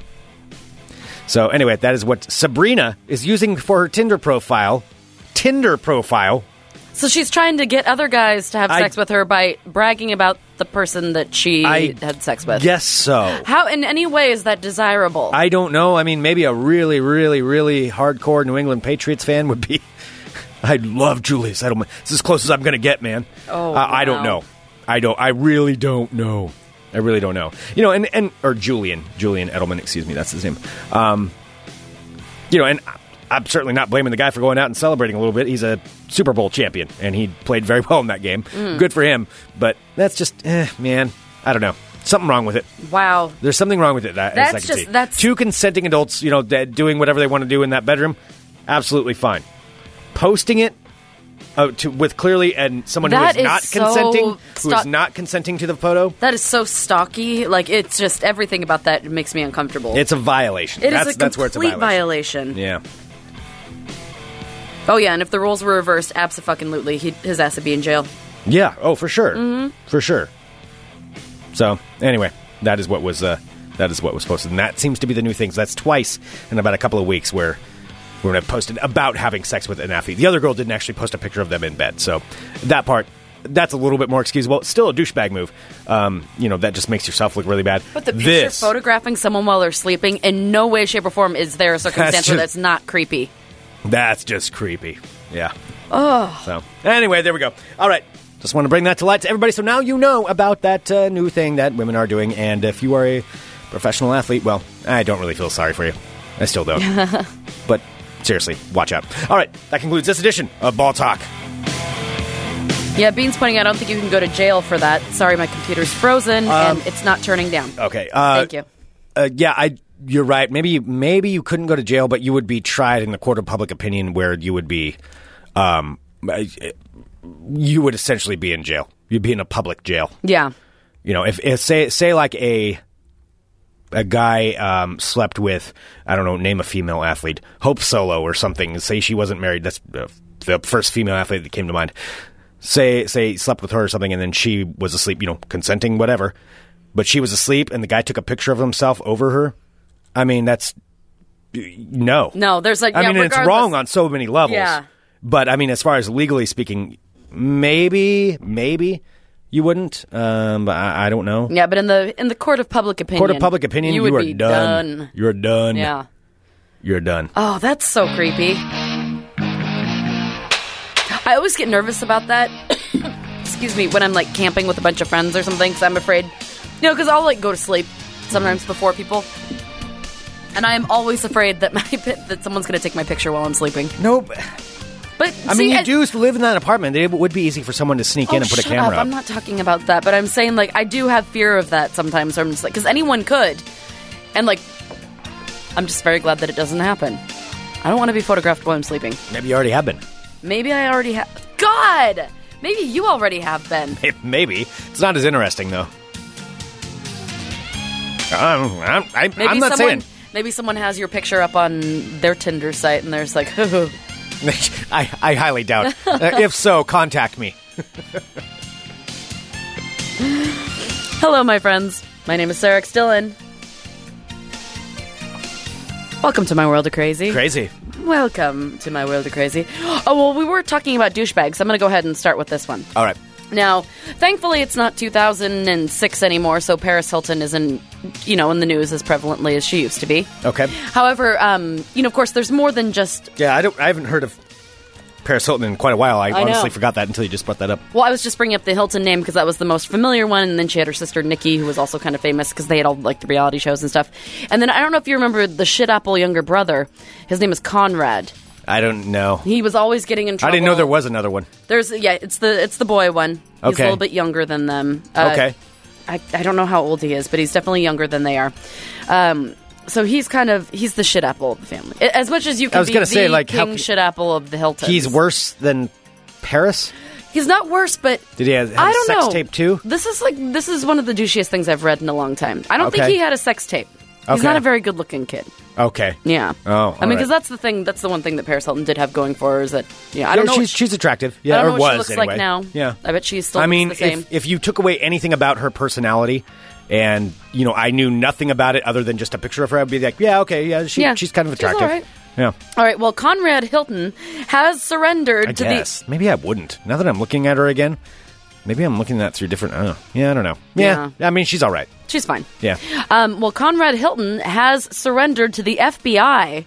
Speaker 7: So anyway, that is what Sabrina is using for her Tinder profile. Tinder profile.
Speaker 8: So she's trying to get other guys to have
Speaker 7: I-
Speaker 8: sex with her by bragging about the person that she
Speaker 7: I
Speaker 8: had sex with.
Speaker 7: Guess so.
Speaker 8: How in any way is that desirable?
Speaker 7: I don't know. I mean, maybe a really, really, really hardcore New England Patriots fan would be. I love Julius Edelman. It's as close as I'm going to get, man.
Speaker 8: Oh,
Speaker 7: Uh, I don't
Speaker 8: wow.
Speaker 7: know. I don't. I really don't know. I really don't know. You know, and and or Julian, Julian Edelman. Excuse me, that's his name. Um, you know, and I- I'm certainly not blaming the guy for going out and celebrating a little bit. He's a Super Bowl champion, and he played very well in that game.
Speaker 8: Mm.
Speaker 7: Good for him. But that's just, eh, man. I don't know. Something wrong with it.
Speaker 8: wow.
Speaker 7: There's something wrong with it. That, as
Speaker 8: That's
Speaker 7: I can
Speaker 8: just-
Speaker 7: see.
Speaker 8: that's-
Speaker 7: two consenting adults, you know, that doing whatever they want to do in that bedroom, absolutely fine. Posting it uh, to, with clearly and someone
Speaker 8: That
Speaker 7: who is
Speaker 8: is
Speaker 7: not
Speaker 8: so
Speaker 7: consenting, who is
Speaker 8: stuck-
Speaker 7: not consenting to the photo,
Speaker 8: That is so stocky. Like it's just everything about that makes me uncomfortable.
Speaker 7: it's a violation.
Speaker 8: It is
Speaker 7: that's,
Speaker 8: a complete
Speaker 7: that's where it's a violation.
Speaker 8: violation.
Speaker 7: Yeah.
Speaker 8: Oh yeah, and if the roles were reversed, absolutely, he, his ass would be in jail.
Speaker 7: Yeah. Oh, for sure.
Speaker 8: Mm-hmm.
Speaker 7: For sure. So anyway, that is what was uh, that is what was posted, and that seems to be the new things. That's twice in about a couple of weeks where we're gonna have posted about having sex with an athlete. The other girl didn't actually post a picture of them in bed, so that part. That's a little bit more excusable. It's still a douchebag move. Um, you know, that just makes yourself look really bad.
Speaker 8: But the picture
Speaker 7: this,
Speaker 8: photographing someone while they're sleeping in no way, shape, or form is there a circumstance
Speaker 7: That's
Speaker 8: where
Speaker 7: just-
Speaker 8: that's not creepy.
Speaker 7: That's just creepy. Yeah. Oh. So anyway, there we go. All right. Just want to bring that to light to everybody, so now you know about that uh, new thing that women are doing. And if you are a professional athlete, well, I don't really feel sorry for you. I still don't. but seriously, watch out. All right, that concludes this edition of Ball Talk.
Speaker 8: Yeah, Bean's pointing out. I don't think you can go to jail for that. Sorry, my computer's frozen and it's not turning down.
Speaker 7: Okay. Um, Uh,
Speaker 8: Thank you.
Speaker 7: Uh, yeah, I you're right. Maybe maybe you couldn't go to jail, but you would be tried in the court of public opinion, where you would be, um, uh, you would essentially be in jail. You'd be in a public jail.
Speaker 8: Yeah.
Speaker 7: You know, if, if say say like a a guy um, slept with I don't know, name a female athlete, Hope Solo or something. Say she wasn't married. That's uh, the first female athlete that came to mind. Say say slept with her or something, and then she was asleep. You know, consenting, whatever. But she was asleep, and the guy took a picture of himself over her. I mean, that's no,
Speaker 8: No, there's like.
Speaker 7: I
Speaker 8: yeah,
Speaker 7: mean, it's
Speaker 8: regardless-
Speaker 7: wrong on so many levels.
Speaker 8: Yeah.
Speaker 7: But I mean, as far as legally speaking, maybe, maybe you wouldn't. Um, but I, I don't know.
Speaker 8: Yeah, but in the in the court of public opinion,
Speaker 7: Court of public opinion,
Speaker 8: you,
Speaker 7: you,
Speaker 8: would
Speaker 7: are
Speaker 8: be
Speaker 7: done.
Speaker 8: done.
Speaker 7: You're done.
Speaker 8: Yeah.
Speaker 7: You're done.
Speaker 8: Oh, that's so creepy. I always get nervous about that. Excuse me, when I'm like camping with a bunch of friends or something, because I'm afraid, you know, because I'll like go to sleep sometimes before people, and I'm always afraid that my pi- that someone's gonna take my picture while I'm sleeping.
Speaker 7: No, nope.
Speaker 8: But
Speaker 7: I
Speaker 8: see,
Speaker 7: mean, you do live in that apartment. It would be easy for someone to sneak
Speaker 8: Oh,
Speaker 7: in and put a
Speaker 8: shut
Speaker 7: camera
Speaker 8: up. I'm not talking about that, but I'm saying like I do have fear of that sometimes. So I'm just like, because anyone could, and like, I'm just very glad that it doesn't happen. I don't want to be photographed while I'm sleeping.
Speaker 7: Maybe you already have been.
Speaker 8: Maybe I already have. God! Maybe you already have been.
Speaker 7: Maybe it's not as interesting though. Um, I'm, I'm, I'm,
Speaker 8: Maybe
Speaker 7: I'm not
Speaker 8: someone,
Speaker 7: saying.
Speaker 8: Maybe someone has your picture up on their Tinder site and there's like,
Speaker 7: I, I highly doubt. Uh, if so, contact me.
Speaker 8: hello, my friends. My name is Sarah Dillon. Welcome to my world of crazy.
Speaker 7: Crazy.
Speaker 8: Welcome to my world of crazy. Oh, well, we were talking about douchebags. I'm going to go ahead and start with this one.
Speaker 7: All right.
Speaker 8: Now, thankfully, it's not 2006 anymore, so Paris Hilton isn't, you know, in the news as prevalently as she used to be.
Speaker 7: Okay.
Speaker 8: However, um, you know, of course, there's more than just.
Speaker 7: Yeah, I don't. I haven't heard of Paris Hilton in quite a while. I,
Speaker 8: I
Speaker 7: honestly
Speaker 8: know.
Speaker 7: forgot that until you just brought that up.
Speaker 8: Well, I was just bringing up the Hilton name because that was the most familiar one, and then she had her sister Nikki, who was also kind of famous because they had all like the reality shows and stuff. And then I don't know if you remember the shit apple younger brother. His name is Conrad.
Speaker 7: I don't know.
Speaker 8: He was always getting in trouble.
Speaker 7: I didn't know there was another one.
Speaker 8: There's yeah, it's the it's the boy one. He's
Speaker 7: Okay.
Speaker 8: a little bit younger than them. Uh,
Speaker 7: okay.
Speaker 8: I, I don't know how old he is, but he's definitely younger than they are. Um, so he's kind of he's the shit apple of the family, A- as much as you can.
Speaker 7: was
Speaker 8: be
Speaker 7: gonna
Speaker 8: the
Speaker 7: say, like, how
Speaker 8: king
Speaker 7: c-
Speaker 8: shit apple of the Hiltons.
Speaker 7: He's worse than Paris.
Speaker 8: He's not worse, but
Speaker 7: Did he have, have
Speaker 8: I
Speaker 7: a
Speaker 8: don't
Speaker 7: sex
Speaker 8: know.
Speaker 7: tape too?
Speaker 8: This is like this is one of the douchiest things I've read in a long time. I don't
Speaker 7: Okay.
Speaker 8: think he had a sex tape. He's
Speaker 7: Okay.
Speaker 8: not a very good looking kid.
Speaker 7: Okay.
Speaker 8: Yeah.
Speaker 7: Oh, all
Speaker 8: I mean, because
Speaker 7: right.
Speaker 8: that's the thing. That's the one thing that Paris Hilton did have going for her is that yeah. I don't
Speaker 7: Yeah,
Speaker 8: know.
Speaker 7: She's,
Speaker 8: what she,
Speaker 7: she's attractive.
Speaker 8: I
Speaker 7: Yeah,
Speaker 8: don't
Speaker 7: or
Speaker 8: know what
Speaker 7: was
Speaker 8: she looks
Speaker 7: anyway.
Speaker 8: like now.
Speaker 7: Yeah.
Speaker 8: I bet she still
Speaker 7: I
Speaker 8: looks
Speaker 7: mean,
Speaker 8: the same.
Speaker 7: if if you took away anything about her personality, and you know, I knew nothing about it other than just a picture of her, I'd be like, yeah, okay, yeah, she,
Speaker 8: Yeah.
Speaker 7: she's kind of
Speaker 8: She's all
Speaker 7: attractive.
Speaker 8: right.
Speaker 7: Yeah.
Speaker 8: All right. Well, Conrad Hilton has surrendered
Speaker 7: I
Speaker 8: to
Speaker 7: guess. Maybe I wouldn't. Now that I'm looking at her again, maybe I'm looking at that through different. I don't know. Yeah, I don't know. Yeah, I mean, she's all right.
Speaker 8: the. She's fine.
Speaker 7: Yeah.
Speaker 8: Um, well, Conrad Hilton has surrendered to the FBI.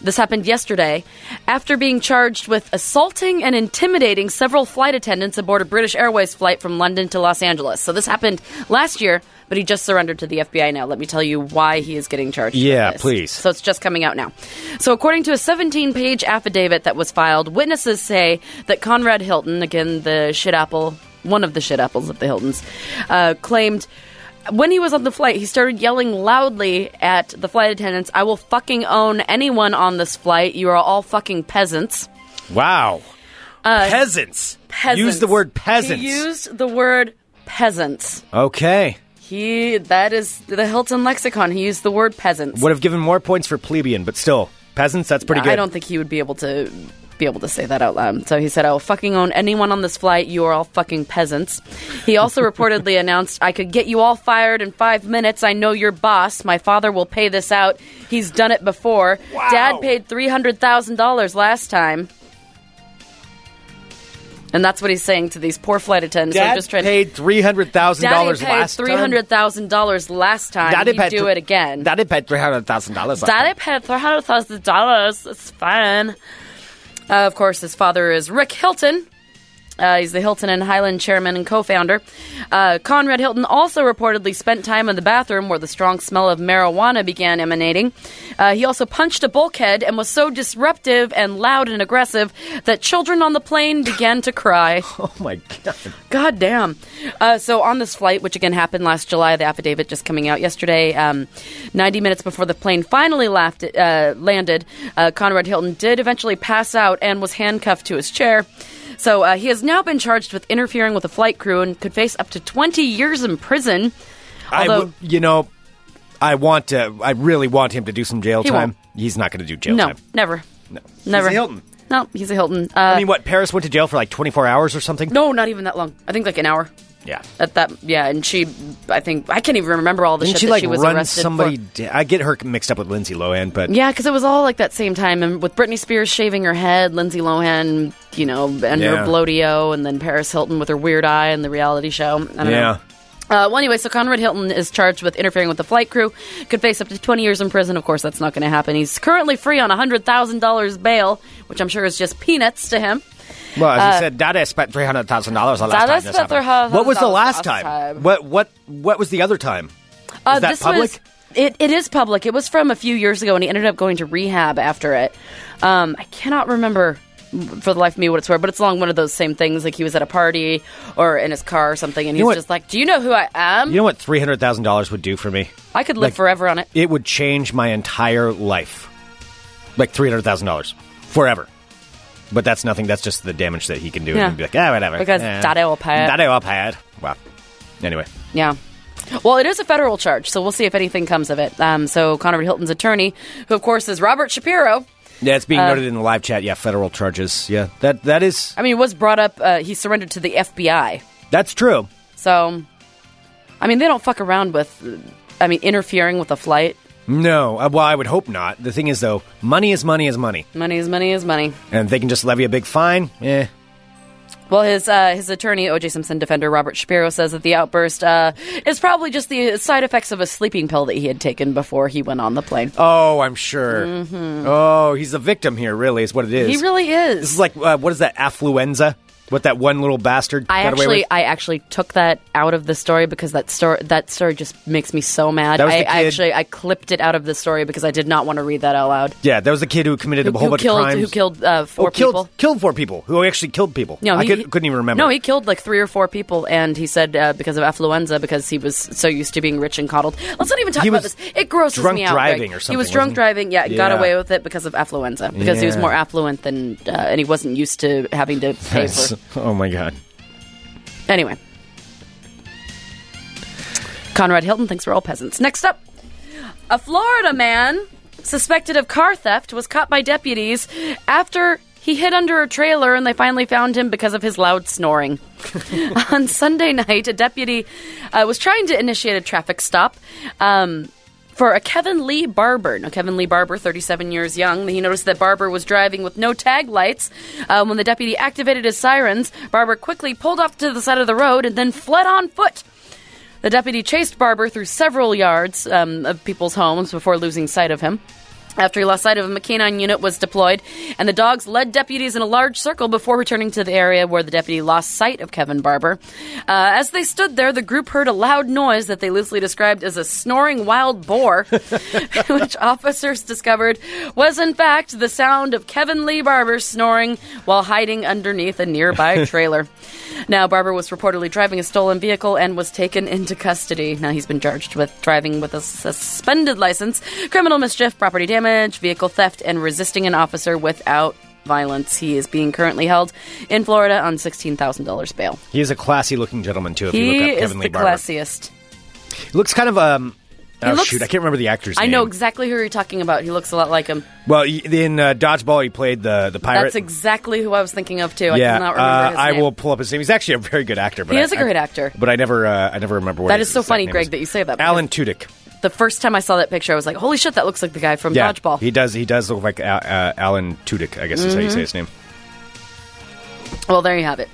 Speaker 8: This happened yesterday after being charged with assaulting and intimidating several flight attendants aboard a British Airways flight from London to Los Angeles. So this happened last year, but he just surrendered to the FBI now. Let me tell you why he is getting charged. with
Speaker 7: Yeah,
Speaker 8: this.
Speaker 7: please.
Speaker 8: So it's just coming out now. So according to a 17-page affidavit that was filed, witnesses say that Conrad Hilton, again the shit apple, one of the shit apples of the Hiltons, uh, claimed when he was on the flight, he started yelling loudly at the flight attendants, I will fucking own anyone on this flight. You are all fucking peasants.
Speaker 7: Wow. peasants.
Speaker 8: Uh, Peasants.
Speaker 7: Use the word peasants.
Speaker 8: He used the word peasants.
Speaker 7: okay.
Speaker 8: He that is the Hilton lexicon. He used the word peasants.
Speaker 7: Would have given more points for plebeian, but still, peasants, that's pretty good.
Speaker 8: I don't think he would be able to be able to say that out loud. So he said, "I'll fucking own anyone on this flight. You are all fucking peasants." He also reportedly announced, "I could get you all fired in five minutes. I know your boss. My father will pay this out. He's done it before. Dad paid three hundred thousand dollars last time." And that's what he's saying to these poor flight attendants. I'm
Speaker 7: Dad
Speaker 8: just trying
Speaker 7: paid $300,000
Speaker 8: Daddy
Speaker 7: last
Speaker 8: paid
Speaker 7: time.
Speaker 8: three hundred thousand dollars last time.
Speaker 7: Daddy
Speaker 8: He'd
Speaker 7: paid
Speaker 8: do
Speaker 7: thr-
Speaker 8: it again.
Speaker 7: Daddy paid $300,000 last
Speaker 8: Daddy
Speaker 7: time.
Speaker 8: paid three hundred thousand dollars. It's fine. Uh, of course, his father is Rick Hilton, Uh, he's the Hilton and Highland chairman and co-founder. Uh, Conrad Hilton also reportedly spent time in the bathroom where the strong smell of marijuana began emanating. Uh, he also punched a bulkhead and was so disruptive and loud and aggressive that children on the plane began to cry.
Speaker 7: Oh my god!
Speaker 8: God damn. Uh, so on this flight, which again happened last July, the affidavit just coming out yesterday, um, 90 minutes before the plane finally laughed, uh, landed, uh, Conrad Hilton did eventually pass out and was handcuffed to his chair. So uh, he has now been charged with interfering with a flight crew and could face up to 20 years in prison.
Speaker 7: I
Speaker 8: Although-
Speaker 7: would, you know, I want to. I really want him to do some jail
Speaker 8: He
Speaker 7: time.
Speaker 8: won't.
Speaker 7: He's not going to do jail
Speaker 8: No,
Speaker 7: time.
Speaker 8: never. No. Never.
Speaker 7: He's a Hilton.
Speaker 8: No, he's a Hilton. Uh,
Speaker 7: I mean, what? Paris went to jail for like 24 hours or something.
Speaker 8: no, not even that long. I think like an hour.
Speaker 7: Yeah.
Speaker 8: At that, yeah, and she, I think I can't even remember all the
Speaker 7: Didn't
Speaker 8: shit
Speaker 7: she
Speaker 8: that
Speaker 7: like
Speaker 8: she was
Speaker 7: run
Speaker 8: arrested
Speaker 7: somebody?
Speaker 8: for.
Speaker 7: da- I get her mixed up with Lindsay Lohan, but
Speaker 8: Yeah, because it was all like that same time, and with Britney Spears shaving her head, Lindsay Lohan, you know, and
Speaker 7: Yeah.
Speaker 8: her bloatio, and then Paris Hilton with her weird eye and the reality show. I don't
Speaker 7: Yeah.
Speaker 8: know. Uh, well, anyway, so Conrad Hilton is charged with interfering with the flight crew. Could face up to 20 years in prison. Of course, that's not going to happen. He's currently free on $100,000 bail, which I'm sure is just peanuts to him.
Speaker 7: Well, as you said, Dada spent three hundred thousand dollars on last
Speaker 8: Uh, Dada
Speaker 7: time. this
Speaker 8: spent
Speaker 7: happened.
Speaker 8: $300,000
Speaker 7: What was the last
Speaker 8: last
Speaker 7: time?
Speaker 8: time.
Speaker 7: What what what was the other time?
Speaker 8: Uh,
Speaker 7: Is that
Speaker 8: this
Speaker 7: public?
Speaker 8: Was, it, it is public. It was from a few years ago, and he ended up going to rehab after it. Um, I cannot remember for the life of me what it's for, but it's along one of those same things. Like he was at a party or in his car or something, and
Speaker 7: You know
Speaker 8: he's
Speaker 7: what-
Speaker 8: just like, "Do you know who I am?
Speaker 7: You know what three hundred thousand dollars would do for me?
Speaker 8: I could live
Speaker 7: like-
Speaker 8: forever on it."
Speaker 7: It would change my entire life, like three hundred thousand dollars forever. But that's nothing. That's just the damage that he can do.
Speaker 8: Yeah.
Speaker 7: And be like, ah, whatever.
Speaker 8: Because
Speaker 7: eh.
Speaker 8: Dada will pay it.
Speaker 7: Dada will pay it. Wow. Anyway,
Speaker 8: Yeah. Well, it is a federal charge, so we'll see if anything comes of it. Um, so Conrad Hilton's attorney, who of course is Robert Shapiro,
Speaker 7: yeah, it's
Speaker 8: Uh,
Speaker 7: being noted in the live chat. Yeah, federal charges. Yeah, that that is
Speaker 8: I mean, was brought up. Uh, he surrendered to the FBI.
Speaker 7: that's true.
Speaker 8: So, I mean, they don't fuck around with. I mean, interfering with a flight.
Speaker 7: No, uh, well, I would hope not. The thing is, though, money is money is money,
Speaker 8: Money is money is money.
Speaker 7: and they can just levy a big fine. Eh,
Speaker 8: Well, his uh, his attorney, O.J. Simpson defender Robert Shapiro, says that the outburst uh, is probably just the side effects of a sleeping pill that he had taken before he went on the plane.
Speaker 7: Oh, I'm sure. Oh, he's a victim here, really, is what it is.
Speaker 8: Mm-hmm. he really is.
Speaker 7: This is like, uh, what is that, affluenza? What that one little bastard
Speaker 8: I
Speaker 7: got away
Speaker 8: actually,
Speaker 7: with?
Speaker 8: I actually took that out of the story because that story, that story just makes me so mad.
Speaker 7: That was
Speaker 8: I,
Speaker 7: the
Speaker 8: I
Speaker 7: kid-
Speaker 8: actually, I clipped it out of the story because I did not want to read that out loud.
Speaker 7: yeah, that was the kid who committed a
Speaker 8: Who,
Speaker 7: whole
Speaker 8: who
Speaker 7: bunch
Speaker 8: killed?
Speaker 7: of crimes.
Speaker 8: Who killed uh,
Speaker 7: Oh,
Speaker 8: four
Speaker 7: killed,
Speaker 8: people?
Speaker 7: killed four people. Who actually killed people.
Speaker 8: No,
Speaker 7: I
Speaker 8: he,
Speaker 7: could, couldn't even remember.
Speaker 8: No, he killed like three or four people, and he said uh, because of affluenza, because he was so used to being rich and coddled. Let's not even talk
Speaker 7: He
Speaker 8: about
Speaker 7: was
Speaker 8: this. It grosses
Speaker 7: drunk
Speaker 8: me out.
Speaker 7: driving or
Speaker 8: Greg. He was
Speaker 7: something,
Speaker 8: drunk
Speaker 7: wasn't he?
Speaker 8: driving. Yeah, got
Speaker 7: Yeah.
Speaker 8: away with it because of affluenza, because he was
Speaker 7: Yeah.
Speaker 8: more affluent than, uh, and he wasn't used to having to pay for.
Speaker 7: oh, my God.
Speaker 8: Anyway, Conrad Hilton thinks we're all peasants. Next up, a Florida man suspected of car theft was caught by deputies after he hid under a trailer and they finally found him because of his loud snoring. On Sunday night, a deputy uh, was trying to initiate a traffic stop. Um, for a Kevin Lee Barber. Now, Kevin Lee Barber, 37 years young, he noticed that Barber was driving with no tag lights. Um, when the deputy activated his sirens, Barber quickly pulled off to the side of the road and then fled on foot. The deputy chased Barber through several yards um, of people's homes before losing sight of him. After he lost sight of him, a canine unit was deployed, and the dogs led deputies in a large circle before returning to the area where the deputy lost sight of Kevin Barber. Uh, as they stood there, the group heard a loud noise that they loosely described as a snoring wild boar, which officers discovered was, in fact, the sound of Kevin Lee Barber snoring while hiding underneath a nearby trailer. now, Barber was reportedly driving a stolen vehicle and was taken into custody. Now, he's been charged with driving with a suspended license, criminal mischief, property damage, vehicle theft, and resisting an officer without violence. He is being currently held in Florida on $16,000 bail.
Speaker 7: He is a classy looking gentleman, too, if you
Speaker 8: He
Speaker 7: look up
Speaker 8: is
Speaker 7: Kevin Lee
Speaker 8: the
Speaker 7: Barber.
Speaker 8: classiest.
Speaker 7: Looks kind of, um, oh,
Speaker 8: looks-
Speaker 7: shoot, I can't remember the actor's
Speaker 8: I
Speaker 7: name.
Speaker 8: know exactly who you're talking about. He looks a lot like him.
Speaker 7: Well, y- in uh, Dodgeball, he played the, the pirate.
Speaker 8: That's exactly who I was thinking of, too. I
Speaker 7: yeah,
Speaker 8: cannot remember
Speaker 7: uh,
Speaker 8: his
Speaker 7: I
Speaker 8: name.
Speaker 7: will pull up his name. He's actually a very good actor. But
Speaker 8: He
Speaker 7: I-
Speaker 8: is a great
Speaker 7: I-
Speaker 8: actor.
Speaker 7: But I never, uh, I never remember what
Speaker 8: That
Speaker 7: his
Speaker 8: is so
Speaker 7: exact
Speaker 8: funny,
Speaker 7: name
Speaker 8: Greg,
Speaker 7: is.
Speaker 8: that you say that, because-
Speaker 7: Alan Tudyk.
Speaker 8: The first time I saw that picture, I was like, holy shit, that looks like the guy from
Speaker 7: Yeah,
Speaker 8: Dodgeball. Mm-hmm.
Speaker 7: He does. He does look like uh, uh, Alan Tudyk. I guess is how you say his name.
Speaker 8: Well, there you have it.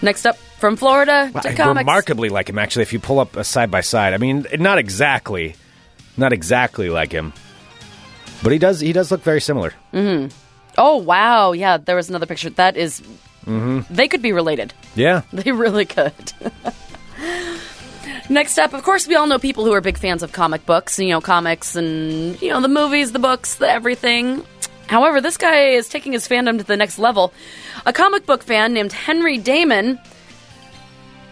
Speaker 8: Next up, from Florida to comics.
Speaker 7: Remarkably like him, actually. If you pull up a side by side, I mean, not exactly, not exactly like him,
Speaker 8: Mm.
Speaker 7: but he does. He does look very similar.
Speaker 8: Oh wow, yeah, there was another picture. That is They could be related.
Speaker 7: Yeah.
Speaker 8: They really could. Next up, of course, we all know people who are big fans of comic books, you know, comics and, you know, the movies, the books, the everything. However, this guy is taking his fandom to the next level. A comic book fan named Henry Damon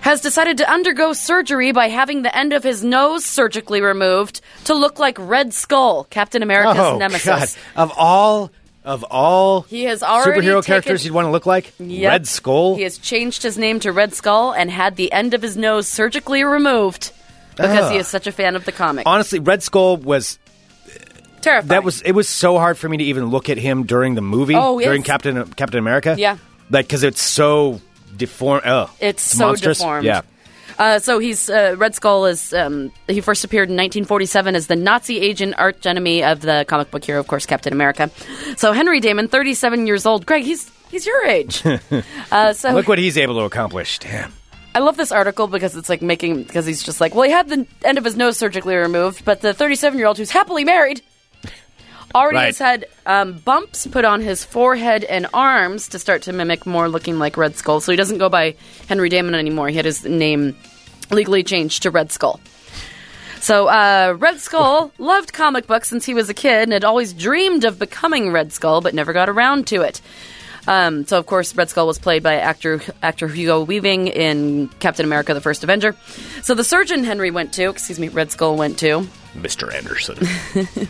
Speaker 8: has decided to undergo surgery by having the end of his nose surgically removed to look like Red Skull, Captain America's
Speaker 7: oh
Speaker 8: nemesis.
Speaker 7: God! Of all of all
Speaker 8: He has already
Speaker 7: superhero
Speaker 8: taken-
Speaker 7: characters you'd want to look like,
Speaker 8: Yep.
Speaker 7: Red Skull.
Speaker 8: He has changed his name to Red Skull and had the end of his nose surgically removed because he is
Speaker 7: Ah.
Speaker 8: such a fan of the comic.
Speaker 7: Honestly, Red Skull was
Speaker 8: Terrifying.
Speaker 7: that was it was so hard for me to even look at him during the movie
Speaker 8: Oh, yes.
Speaker 7: during Captain Captain America.
Speaker 8: Yeah.
Speaker 7: like because it's so deformed. Oh,
Speaker 8: It's so
Speaker 7: monstrous.
Speaker 8: deformed.
Speaker 7: Yeah,
Speaker 8: Uh, so he's uh, Red Skull is um, he first appeared in 1947 as the Nazi agent archenemy of the comic book hero, of course, Captain America. So Henry Damon, 37 years old. Greg, he's he's your age. uh, so
Speaker 7: look what he's able to accomplish. Damn.
Speaker 8: I love this article because it's like making because he's just like, well, he had the end of his nose surgically removed, but the 37 year old who's happily married already
Speaker 7: Right.
Speaker 8: has had um, bumps put on his forehead and arms to start to mimic more looking like Red Skull. So he doesn't go by Henry Damon anymore. He had his name legally changed to Red Skull. So uh, Red Skull loved comic books since he was a kid and had always dreamed of becoming Red Skull, but never got around to it. Um, so, of course, Red Skull was played by actor actor Hugo Weaving in Captain America: The First Avenger. So, the surgeon Henry went to, excuse me, Red Skull went to.
Speaker 7: Mr. Anderson.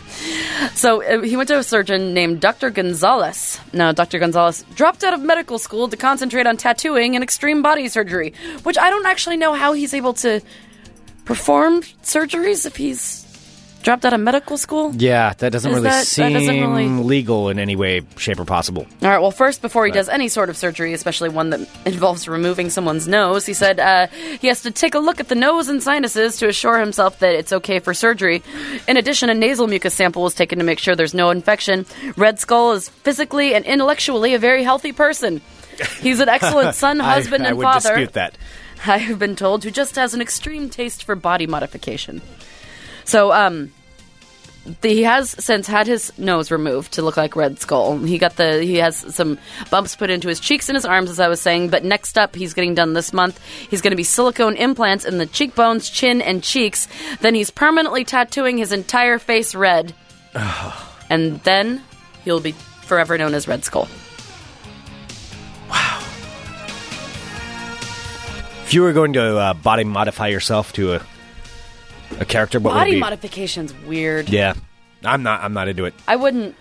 Speaker 8: So uh, he went to a surgeon named Dr. Gonzalez. Now, Dr. Gonzalez dropped out of medical school to concentrate on tattooing and extreme body surgery, which I don't actually know how he's able to perform surgeries if he's dropped out of medical school.
Speaker 7: yeah, that doesn't
Speaker 8: Is
Speaker 7: really
Speaker 8: that- that
Speaker 7: seem
Speaker 8: doesn't really-
Speaker 7: legal in any way, shape, or possible.
Speaker 8: All right. Well, first, before he does any sort of surgery, especially one that involves removing someone's nose, he said uh, he has to take a look at the nose and sinuses to assure himself that it's okay for surgery. In addition, a nasal mucus sample was taken to make sure there's no infection. Red Skull is physically and intellectually a very healthy person. He's an excellent son,
Speaker 7: I-
Speaker 8: husband,
Speaker 7: I,
Speaker 8: and
Speaker 7: would
Speaker 8: father.
Speaker 7: dispute that.
Speaker 8: I have been told, who just has an extreme taste for body modification. So, um, the, he has since had his nose removed to look like Red Skull. He got the he has some bumps put into his cheeks and his arms, as I was saying. But next up, he's getting done this month. He's going to be silicone implants in the cheekbones, chin, and cheeks. Then he's permanently tattooing his entire face red, and then he'll be forever known as Red Skull.
Speaker 7: If you were going to uh, body modify yourself to a a character, what would it
Speaker 8: Body
Speaker 7: be?
Speaker 8: modification's weird.
Speaker 7: yeah, I'm not. I'm not into it.
Speaker 8: I wouldn't.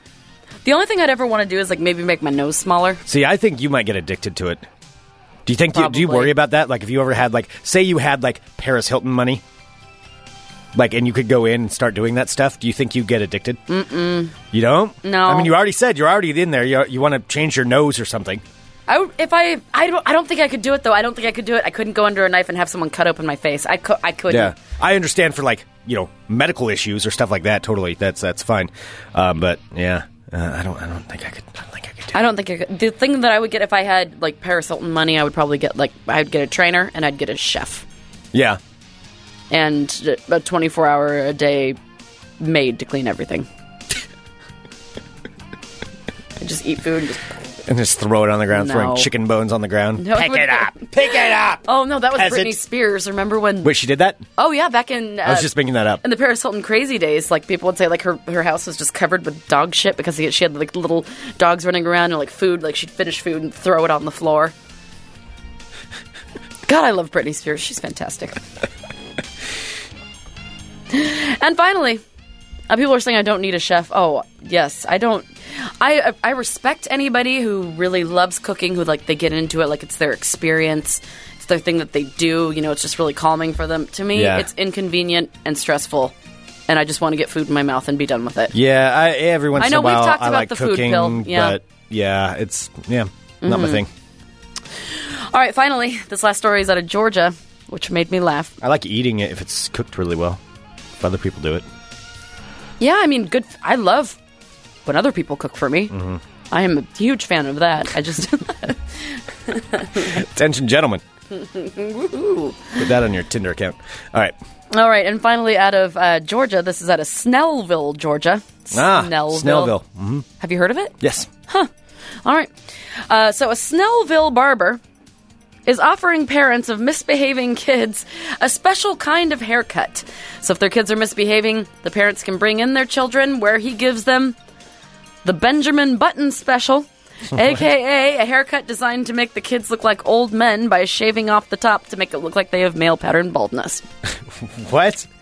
Speaker 8: The only thing I'd ever want to do is like maybe make my nose smaller.
Speaker 7: See, I think you might get addicted to it. Do you think? You, do you
Speaker 8: Probably.
Speaker 7: worry about that? Like, if you ever had like, say, you had like Paris Hilton money, like, and you could go in and start doing that stuff. Do you think you get addicted? Mm-mm. You don't?
Speaker 8: No.
Speaker 7: I mean, you already said you're already in there. You you want to change your nose or something?
Speaker 8: I would- if I I don't I don't think I could do it though. I don't think I could do it. I couldn't go under a knife and have someone cut open my face. I could I couldn't.
Speaker 7: I understand for like you know medical issues or stuff like that. Totally, that's that's fine. Um, but yeah, uh, I don't. I don't think I could. I don't think I could. Do
Speaker 8: I don't think I could. the thing that I would get if I had like Paris Hilton money, I would probably get like I'd get a trainer and I'd get a chef
Speaker 7: Yeah.
Speaker 8: and a 24 hour a day maid to clean everything. I just eat food. And just,
Speaker 7: And just throw it on the ground, throwing
Speaker 8: No.
Speaker 7: chicken bones on the ground.
Speaker 8: No, I
Speaker 7: Pick it
Speaker 8: wouldn't.
Speaker 7: up. Pick it up.
Speaker 8: oh no, that was
Speaker 7: Peasant.
Speaker 8: Britney Spears. Remember when?
Speaker 7: Wait, she did that?
Speaker 8: oh yeah, back in uh,
Speaker 7: I was just making that up.
Speaker 8: in the Paris Hilton crazy days, like people would say, like her her house was just covered with dog shit because he, she had like little dogs running around and like food, like she'd finish food and throw it on the floor. God, I love Britney Spears. She's fantastic. and finally, uh, people are saying I don't need a chef. Oh yes, I don't. I I respect anybody who really loves cooking, who like they get into it, like it's their experience, it's their thing that they do. You know, it's just really calming for them. To me,
Speaker 7: Yeah.
Speaker 8: it's inconvenient and stressful, and I just want to get food in my mouth and be done with it.
Speaker 7: Yeah, I, every once
Speaker 8: I know
Speaker 7: in a
Speaker 8: we've
Speaker 7: while
Speaker 8: talked
Speaker 7: I
Speaker 8: about
Speaker 7: like
Speaker 8: the food
Speaker 7: cooking,
Speaker 8: pill, yeah. Mm-hmm.
Speaker 7: but yeah, it's yeah, not my thing.
Speaker 8: All right, finally, this last story is out of Georgia, which made me laugh.
Speaker 7: I like eating it if it's cooked really well. If other people do it,
Speaker 8: Yeah, I mean, good. I love when other people cook for me. I am a huge fan of that. I just.
Speaker 7: attention, gentlemen. Put that on your Tinder account. All right,
Speaker 8: All right, and finally, out of uh, Georgia, this is out of Snellville, Georgia.
Speaker 7: ah,
Speaker 8: Snellville.
Speaker 7: Snellville. Mm-hmm.
Speaker 8: Have you heard of it?
Speaker 7: Yes,
Speaker 8: All right. Uh, so a Snellville barber is offering parents of misbehaving kids a special kind of haircut. So if their kids are misbehaving, the parents can bring in their children where he gives them the Benjamin Button special. AKA a haircut designed to make the kids look like old men by shaving off the top to make it look like they have male pattern baldness.
Speaker 7: What?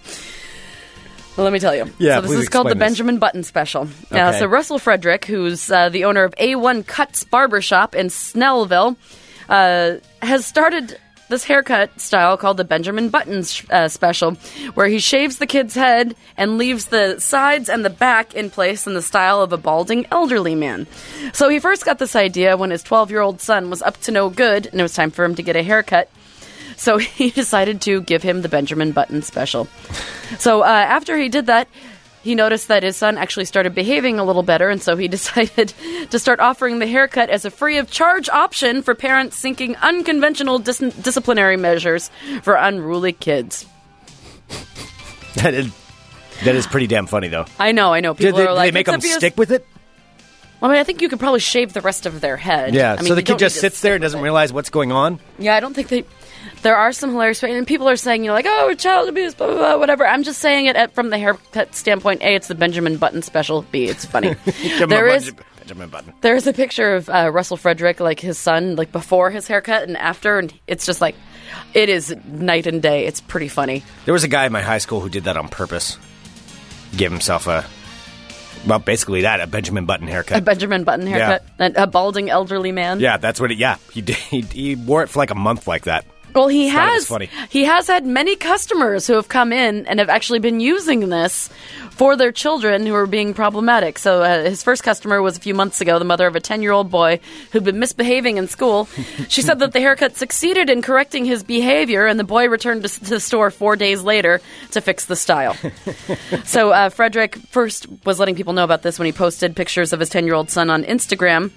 Speaker 8: Well, let me tell you.
Speaker 7: Yeah,
Speaker 8: so this
Speaker 7: please
Speaker 8: is called the
Speaker 7: explain this.
Speaker 8: Benjamin Button Special. Uh,
Speaker 7: Okay.
Speaker 8: so Russell Frederick, who's uh, the owner of A1 Cuts Barbershop in Snellville, uh, has started this haircut style called the Benjamin Button sh- uh, Special, where he shaves the kid's head and leaves the sides and the back in place in the style of a balding elderly man. So he first got this idea when his 12-year-old son was up to no good, and it was time for him to get a haircut. So he decided to give him the Benjamin Button special. So uh, after he did that, he noticed that his son actually started behaving a little better, and so he decided to start offering the haircut as a free of charge option for parents seeking unconventional dis- disciplinary measures for unruly kids.
Speaker 7: That is that is pretty damn funny though.
Speaker 8: I know, I know.
Speaker 7: Did
Speaker 8: People
Speaker 7: they,
Speaker 8: are
Speaker 7: did
Speaker 8: like,
Speaker 7: they make
Speaker 8: "It's
Speaker 7: them
Speaker 8: abuse."
Speaker 7: stick with it?
Speaker 8: Well, I mean, I think you could probably shave the rest of their head.
Speaker 7: Yeah.
Speaker 8: I mean,
Speaker 7: so the
Speaker 8: you
Speaker 7: kid
Speaker 8: don't need
Speaker 7: just
Speaker 8: to
Speaker 7: sits
Speaker 8: stick
Speaker 7: there and
Speaker 8: with
Speaker 7: doesn't
Speaker 8: it.
Speaker 7: realize what's going on.
Speaker 8: Yeah, I don't think they. There are some hilarious, and people are saying, you know, like, oh, child abuse, blah, blah, blah, whatever. I'm just saying it at, from the haircut standpoint. A, it's the Benjamin Button special. B, it's funny.
Speaker 7: Give him a
Speaker 8: there
Speaker 7: bunch
Speaker 8: is
Speaker 7: of- Benjamin Button.
Speaker 8: there is a picture of uh, Russell Frederick, like his son, like before his haircut and after, and it's just like, it is night and day. It's pretty funny.
Speaker 7: There was a guy in my high school who did that on purpose. Give himself a well, basically that a Benjamin Button haircut.
Speaker 8: A Benjamin Button haircut, and a balding elderly man.
Speaker 7: yeah, that's what it. Yeah, he did. He, he wore it for like a month like that.
Speaker 8: Well, he
Speaker 7: Thought it was
Speaker 8: has
Speaker 7: funny.
Speaker 8: he has had many customers who have come in and have actually been using this for their children who are being problematic. So uh, his first customer was a few months ago, the mother of a 10-year-old boy who'd been misbehaving in school. she said that the haircut succeeded in correcting his behavior and the boy returned to, s- to the store 4 days later to fix the style. so uh, Frederick first was letting people know about this when he posted pictures of his 10-year-old son on Instagram.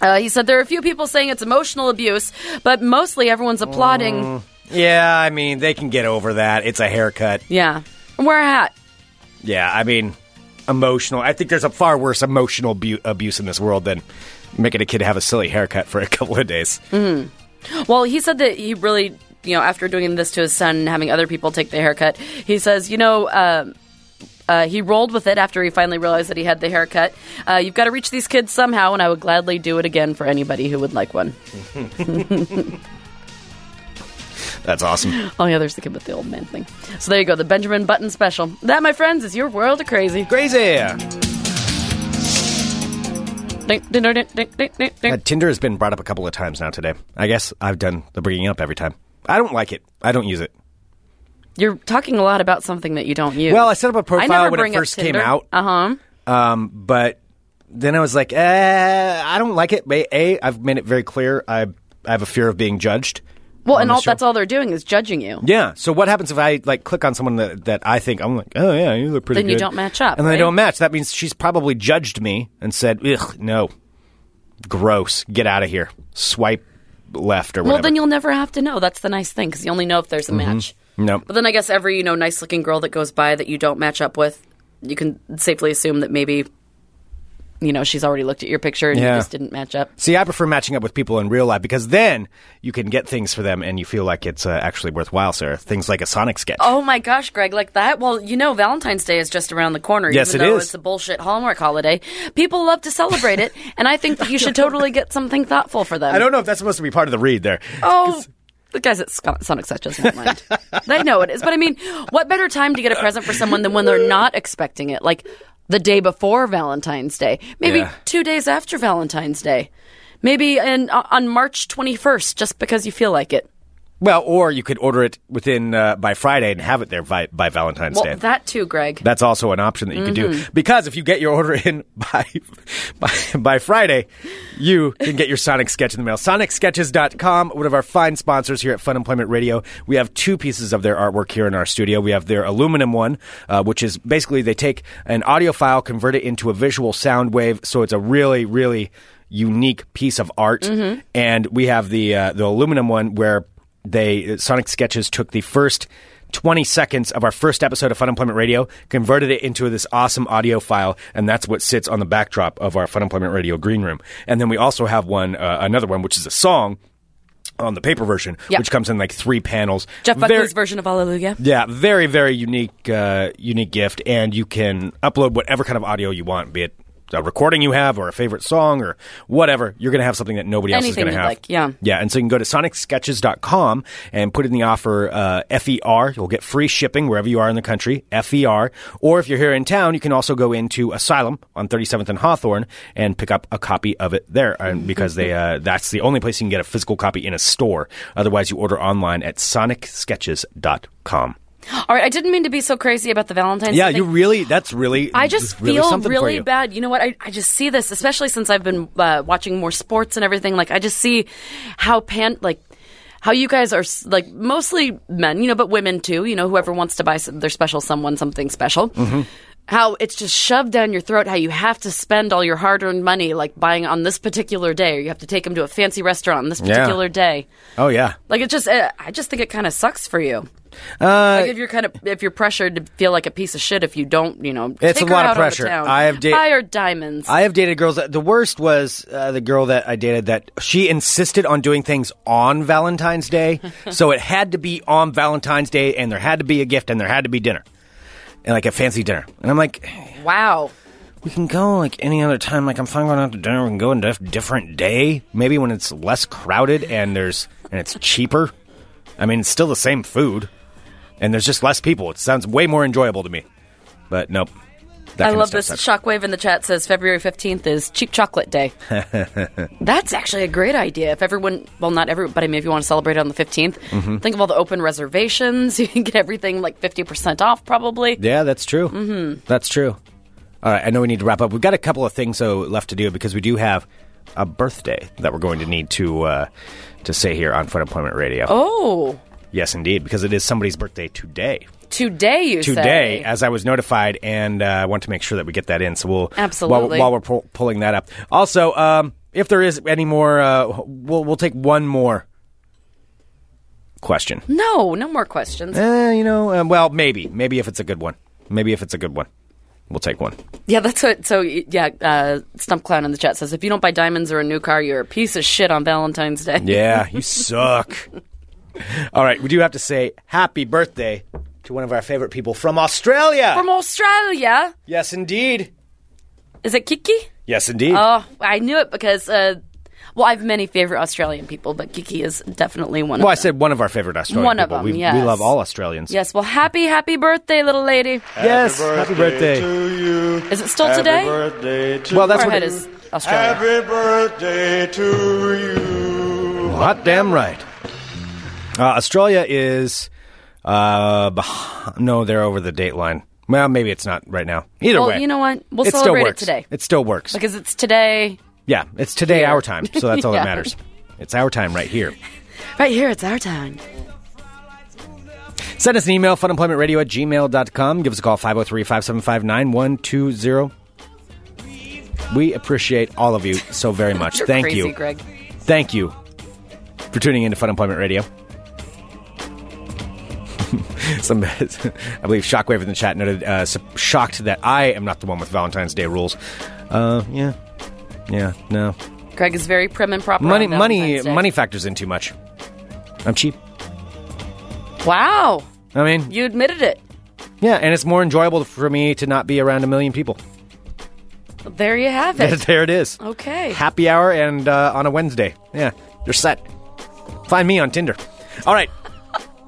Speaker 8: Uh, he said there are a few people saying it's emotional abuse, but mostly everyone's applauding
Speaker 7: Oh. Yeah, I mean they can get over that. It's a haircut.
Speaker 8: yeah. And wear a hat.
Speaker 7: Yeah, I mean emotional. I think there's a far worse emotional bu- abuse in this world than making a kid have a silly haircut for a couple of days.
Speaker 8: Well, he said that he really, you know, after doing this to his son and having other people take the haircut, he says, you know, um uh, he rolled with it after he finally realized that he had the haircut. Uh, you've got to reach these kids somehow, and I would gladly do it again for anybody who would like one.
Speaker 7: That's awesome.
Speaker 8: Oh, yeah, there's the kid with the old man thing. So there you go, the Benjamin Button special. That, my friends, is your world of crazy.
Speaker 7: Crazy.
Speaker 8: Ding, ding, ding, ding, ding,
Speaker 7: Uh,
Speaker 8: ding, ding.
Speaker 7: Tinder has been brought up a couple of times now today. I guess I've done the bringing up every time. I don't like it. I don't use it.
Speaker 8: You're talking a lot about something that you don't use.
Speaker 7: Well, I set up a
Speaker 8: I
Speaker 7: profile
Speaker 8: never
Speaker 7: when
Speaker 8: bring
Speaker 7: it
Speaker 8: up
Speaker 7: first came
Speaker 8: Tinder.
Speaker 7: out,
Speaker 8: Uh-huh.
Speaker 7: um, but then I was like, eh, I don't like it. But a, I've made it very clear. I I have a fear of being judged.
Speaker 8: Well,
Speaker 7: on
Speaker 8: and
Speaker 7: this
Speaker 8: all,
Speaker 7: show.
Speaker 8: that's all they're doing is judging you.
Speaker 7: Yeah. So what happens if I like click on someone that, that I think I'm like, oh yeah, you look pretty.
Speaker 8: Then you
Speaker 7: good."
Speaker 8: don't match up,
Speaker 7: and then I
Speaker 8: right?
Speaker 7: don't match. That means she's probably judged me and said, ugh, no, gross, get out of here, swipe left or whatever. Mm-hmm.
Speaker 8: Well, then you'll never have to know. That's the nice thing because you only know if there's a match.
Speaker 7: no.
Speaker 8: But then I guess every you know nice looking girl that goes by that you don't match up with, you can safely assume that maybe, you know, she's already looked at your picture and
Speaker 7: Yeah.
Speaker 8: you just didn't match up.
Speaker 7: See, I prefer matching up with people in real life because then you can get things for them and you feel like it's uh, actually worthwhile, Sarah. Things like a Sonic sketch.
Speaker 8: Oh my gosh, Greg, like that? Well, you know, Valentine's Day is just around the corner.
Speaker 7: Yes,
Speaker 8: even
Speaker 7: it
Speaker 8: though
Speaker 7: is.
Speaker 8: It's a bullshit Hallmark holiday. People love to celebrate it, and I think that you should totally get something thoughtful for them.
Speaker 7: I don't know if that's supposed to be part of the read there.
Speaker 8: Oh, the guys at Sco- Sonic Sketches won't mind. they know it is. But I mean, what better time to get a present for someone than when they're not expecting it? Like the day before Valentine's Day, maybe
Speaker 7: Yeah.
Speaker 8: two days after Valentine's Day, maybe in, uh, on March 21st, just because you feel like it.
Speaker 7: Well, or you could order it within uh, by Friday and have it there by, by Valentine's
Speaker 8: Well,
Speaker 7: Day.
Speaker 8: that too, Greg.
Speaker 7: That's also an option that you could do because if you get your order in by, by by Friday, you can get your Sonic sketch in the mail. SonicSketches.com, one of our fine sponsors here at Fun Employment Radio. We have two pieces of their artwork here in our studio. We have their aluminum one, uh, which is basically they take an audio file, convert it into a visual sound wave, so it's a really, really unique piece of art. And we have the uh, the aluminum one where they Sonic Sketches took the first 20 seconds of our first episode of Fun Employment Radio, converted it into this awesome audio file, and that's what sits on the backdrop of our Fun Employment Radio green room. And then we also have one, uh, another one, which is a song on the paper version,
Speaker 8: Yeah.
Speaker 7: which comes in like three panels.
Speaker 8: Jeff
Speaker 7: Very-
Speaker 8: Buckley's version of Alleluia.
Speaker 7: yeah, very very unique uh, unique gift, and you can upload whatever kind of audio you want, be it a recording you have or a favorite song or whatever. You're going to have something that nobody else is
Speaker 8: Anything
Speaker 7: going to
Speaker 8: you'd
Speaker 7: have.
Speaker 8: like, yeah.
Speaker 7: yeah, and so you can go to sonicsketches.com and put in the offer uh, FER. You'll get free shipping wherever you are in the country, FER. Or if you're here in town, you can also go into Asylum on 37th and Hawthorne and pick up a copy of it there, and because they uh, that's the only place you can get a physical copy in a store. Otherwise, you order online at sonicsketches.com.
Speaker 8: All right, I didn't mean to be so crazy about the Valentine's.
Speaker 7: Yeah,
Speaker 8: thing.
Speaker 7: you really, that's really.
Speaker 8: I just
Speaker 7: really
Speaker 8: feel
Speaker 7: something for
Speaker 8: really
Speaker 7: you.
Speaker 8: bad. You know what? I, I just see this, especially since I've been uh, watching more sports and everything. Like, I just see how pan like how you guys are s- like mostly men, you know, but women too. You know, whoever wants to buy s- their special someone something special.
Speaker 7: Mm-hmm.
Speaker 8: How it's just shoved down your throat. How you have to spend all your hard-earned money, like buying on this particular day, or you have to take them to a fancy restaurant on this
Speaker 7: Yeah.
Speaker 8: particular day.
Speaker 7: Oh, yeah.
Speaker 8: Like it just, uh, I just think it kind of sucks for you.
Speaker 7: Uh,
Speaker 8: like if you're kind of if you're pressured to feel like a piece of shit if you don't, you know,
Speaker 7: It's
Speaker 8: take
Speaker 7: a
Speaker 8: her
Speaker 7: lot of
Speaker 8: out on the
Speaker 7: pressure.
Speaker 8: town.
Speaker 7: I have da-
Speaker 8: buy her diamonds.
Speaker 7: I have dated girls. That, the worst was uh, the girl that I dated that she insisted on doing things on Valentine's Day. so it had to be on Valentine's Day, and there had to be a gift, and there had to be dinner. And like a fancy dinner. And I'm like,
Speaker 8: wow,
Speaker 7: we can go like any other time. Like, I'm fine going out to dinner. We can go on a dif- different day. Maybe when it's less crowded and there's and it's cheaper. I mean, it's still the same food, and there's just less people. It sounds way more enjoyable to me. But nope. That
Speaker 8: I
Speaker 7: kind of
Speaker 8: love
Speaker 7: stuff
Speaker 8: this.
Speaker 7: sucks.
Speaker 8: Shockwave in the chat says February fifteenth is Cheap Chocolate Day. That's actually a great idea. If everyone, well, not everybody, maybe you want to celebrate it on the 15th
Speaker 7: Mm-hmm.
Speaker 8: Think of all the open reservations. You can get everything like fifty percent off, probably.
Speaker 7: Yeah, that's true. Mm-hmm. That's true. All right, I know we need to wrap up. We've got a couple of things though left to do because we do have a birthday that we're going to need to uh, to say here on Fun Employment Radio.
Speaker 8: Oh,
Speaker 7: Yes, indeed, because it is somebody's birthday today.
Speaker 8: today you
Speaker 7: today
Speaker 8: say.
Speaker 7: as I was notified, and uh, I want to make sure that we get that in. So we'll while,
Speaker 8: Absolutely.
Speaker 7: while we're pull pulling that up. Also, um, if there is any more, uh, we'll we'll take one more question.
Speaker 8: No, no more questions.
Speaker 7: Eh, you know, um, well, maybe maybe if it's a good one, maybe if it's a good one, we'll take one.
Speaker 8: Yeah, that's what. So y- yeah, uh, Stump Clown in the chat says if you don't buy diamonds or a new car, you're a piece of shit on Valentine's Day.
Speaker 7: Yeah, you suck. All right, we do have to say happy birthday to one of our favorite people from Australia.
Speaker 8: From Australia,
Speaker 7: yes, indeed.
Speaker 8: is it Kiki?
Speaker 7: Yes, indeed.
Speaker 8: Oh, I knew it because. Uh, well, I have many favorite Australian people, but Kiki is definitely one
Speaker 7: well, I
Speaker 8: of them.
Speaker 7: said one of our favorite Australian
Speaker 8: One of
Speaker 7: people.
Speaker 8: them,
Speaker 7: we, we
Speaker 8: yes.
Speaker 7: love all Australians.
Speaker 8: Yes, well, happy, happy birthday, little lady.
Speaker 7: Yes, happy birthday.
Speaker 8: Is it still today?
Speaker 7: well, that's
Speaker 8: Our
Speaker 7: what
Speaker 8: head
Speaker 7: it
Speaker 8: is Australia.
Speaker 7: Hot damn right. Uh, Australia is uh beh- no, they're over the date line. Well, maybe it's not right now. Either
Speaker 8: well,
Speaker 7: way,
Speaker 8: you know what? We'll
Speaker 7: it still
Speaker 8: celebrate it
Speaker 7: works
Speaker 8: today
Speaker 7: It still works.
Speaker 8: because it's today.
Speaker 7: yeah, it's today
Speaker 8: Here.
Speaker 7: our time, so that's all
Speaker 8: Yeah.
Speaker 7: that matters. It's our time right here.
Speaker 8: Right here, it's our time.
Speaker 7: Send us an email, funemploymentradio at gmail.com. Give us a call, 503 575 9120. We appreciate all of you so very much.
Speaker 8: You're
Speaker 7: Thank
Speaker 8: crazy,
Speaker 7: you.
Speaker 8: Greg.
Speaker 7: Thank you for tuning in to Fun Employment Radio. Some, I believe Shockwave in the chat noted, uh, su- shocked that I am not the one with Valentine's Day rules. Uh, yeah. Yeah, no.
Speaker 8: Greg is very prim and proper.
Speaker 7: Money,
Speaker 8: on
Speaker 7: money,
Speaker 8: Valentine's Day.
Speaker 7: money factors in too much. I'm cheap.
Speaker 8: Wow,
Speaker 7: I mean,
Speaker 8: you admitted it.
Speaker 7: yeah, and it's more enjoyable for me to not be around a million people.
Speaker 8: There you have
Speaker 7: There,
Speaker 8: it.
Speaker 7: there it is.
Speaker 8: Okay.
Speaker 7: Happy hour and uh, on a Wednesday. Yeah, you're set. Find me on Tinder. All right.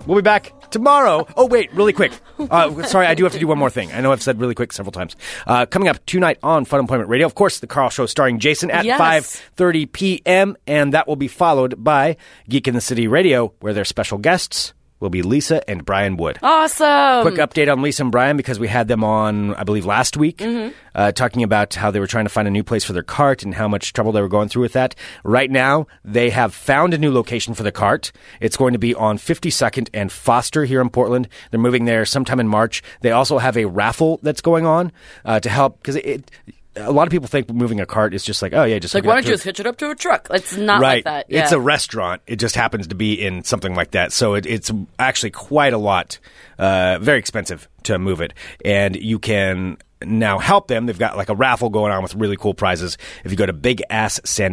Speaker 7: We'll be back tomorrow. Oh, wait, really quick. Uh, sorry, I do have to do one more thing. I know I've said really quick several times. Uh, coming up tonight on Fun Employment Radio, of course, the Carl Show starring Jason at
Speaker 8: Yes.
Speaker 7: 5.30 p.m., and that will be followed by Geek in the City Radio, where their special guests will be Lisa and Brian Wood.
Speaker 8: Awesome.
Speaker 7: Quick update on Lisa and Brian because we had them on, I believe, last week,
Speaker 8: Mm-hmm.
Speaker 7: uh, talking about how they were trying to find a new place for their cart and how much trouble they were going through with that. Right now, they have found a new location for the cart. It's going to be on 52nd and Foster here in Portland. They're moving there sometime in March. They also have a raffle that's going on uh, to help because it. a lot of people think moving a cart is just like, oh yeah, just
Speaker 8: Like,
Speaker 7: hook it
Speaker 8: why
Speaker 7: up
Speaker 8: don't
Speaker 7: to
Speaker 8: you
Speaker 7: a-
Speaker 8: just hitch it up to a truck? It's not
Speaker 7: right.
Speaker 8: like that. Yeah.
Speaker 7: It's a restaurant. It just happens to be in something like that. So it, it's actually quite a lot, uh, very expensive to move it. And you can now help them. They've got like a raffle going on with really cool prizes. If you go to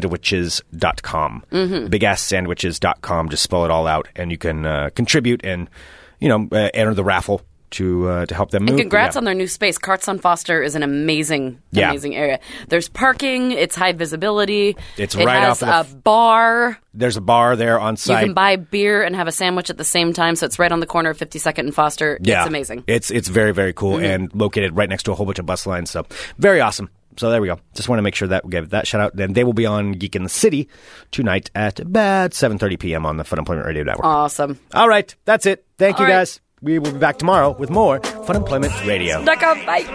Speaker 7: bigasssandwiches.com, mm-hmm. bigasssandwiches.com, just spell it all out and you can uh, contribute and, you know, uh, enter the raffle. To uh, to help them move.
Speaker 8: And congrats
Speaker 7: Yeah.
Speaker 8: on their new space. Carts on Foster is an amazing,
Speaker 7: Yeah.
Speaker 8: amazing area. There's parking. It's high visibility.
Speaker 7: It's
Speaker 8: it
Speaker 7: right
Speaker 8: has
Speaker 7: off of
Speaker 8: a
Speaker 7: the
Speaker 8: bar.
Speaker 7: There's a bar there on
Speaker 8: You
Speaker 7: site.
Speaker 8: can buy beer and have a sandwich at the same time. So it's right on the corner of 52nd and Foster.
Speaker 7: Yeah,
Speaker 8: It's amazing. Mm-hmm.
Speaker 7: It's it's very very cool and located right next to a whole bunch of bus lines. So very awesome. So there we go. Just want to make sure that we gave that shout out. And they will be on Geek in the City tonight at about 7:30 p.m. on the Fun Employment Radio Network.
Speaker 8: awesome.
Speaker 7: All right, that's it. Thank you
Speaker 8: All right.
Speaker 7: guys. We will be back tomorrow with more Fun Employment Radio.
Speaker 8: Duck up. Bye.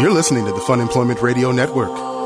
Speaker 2: You're listening to the Fun Employment Radio Network.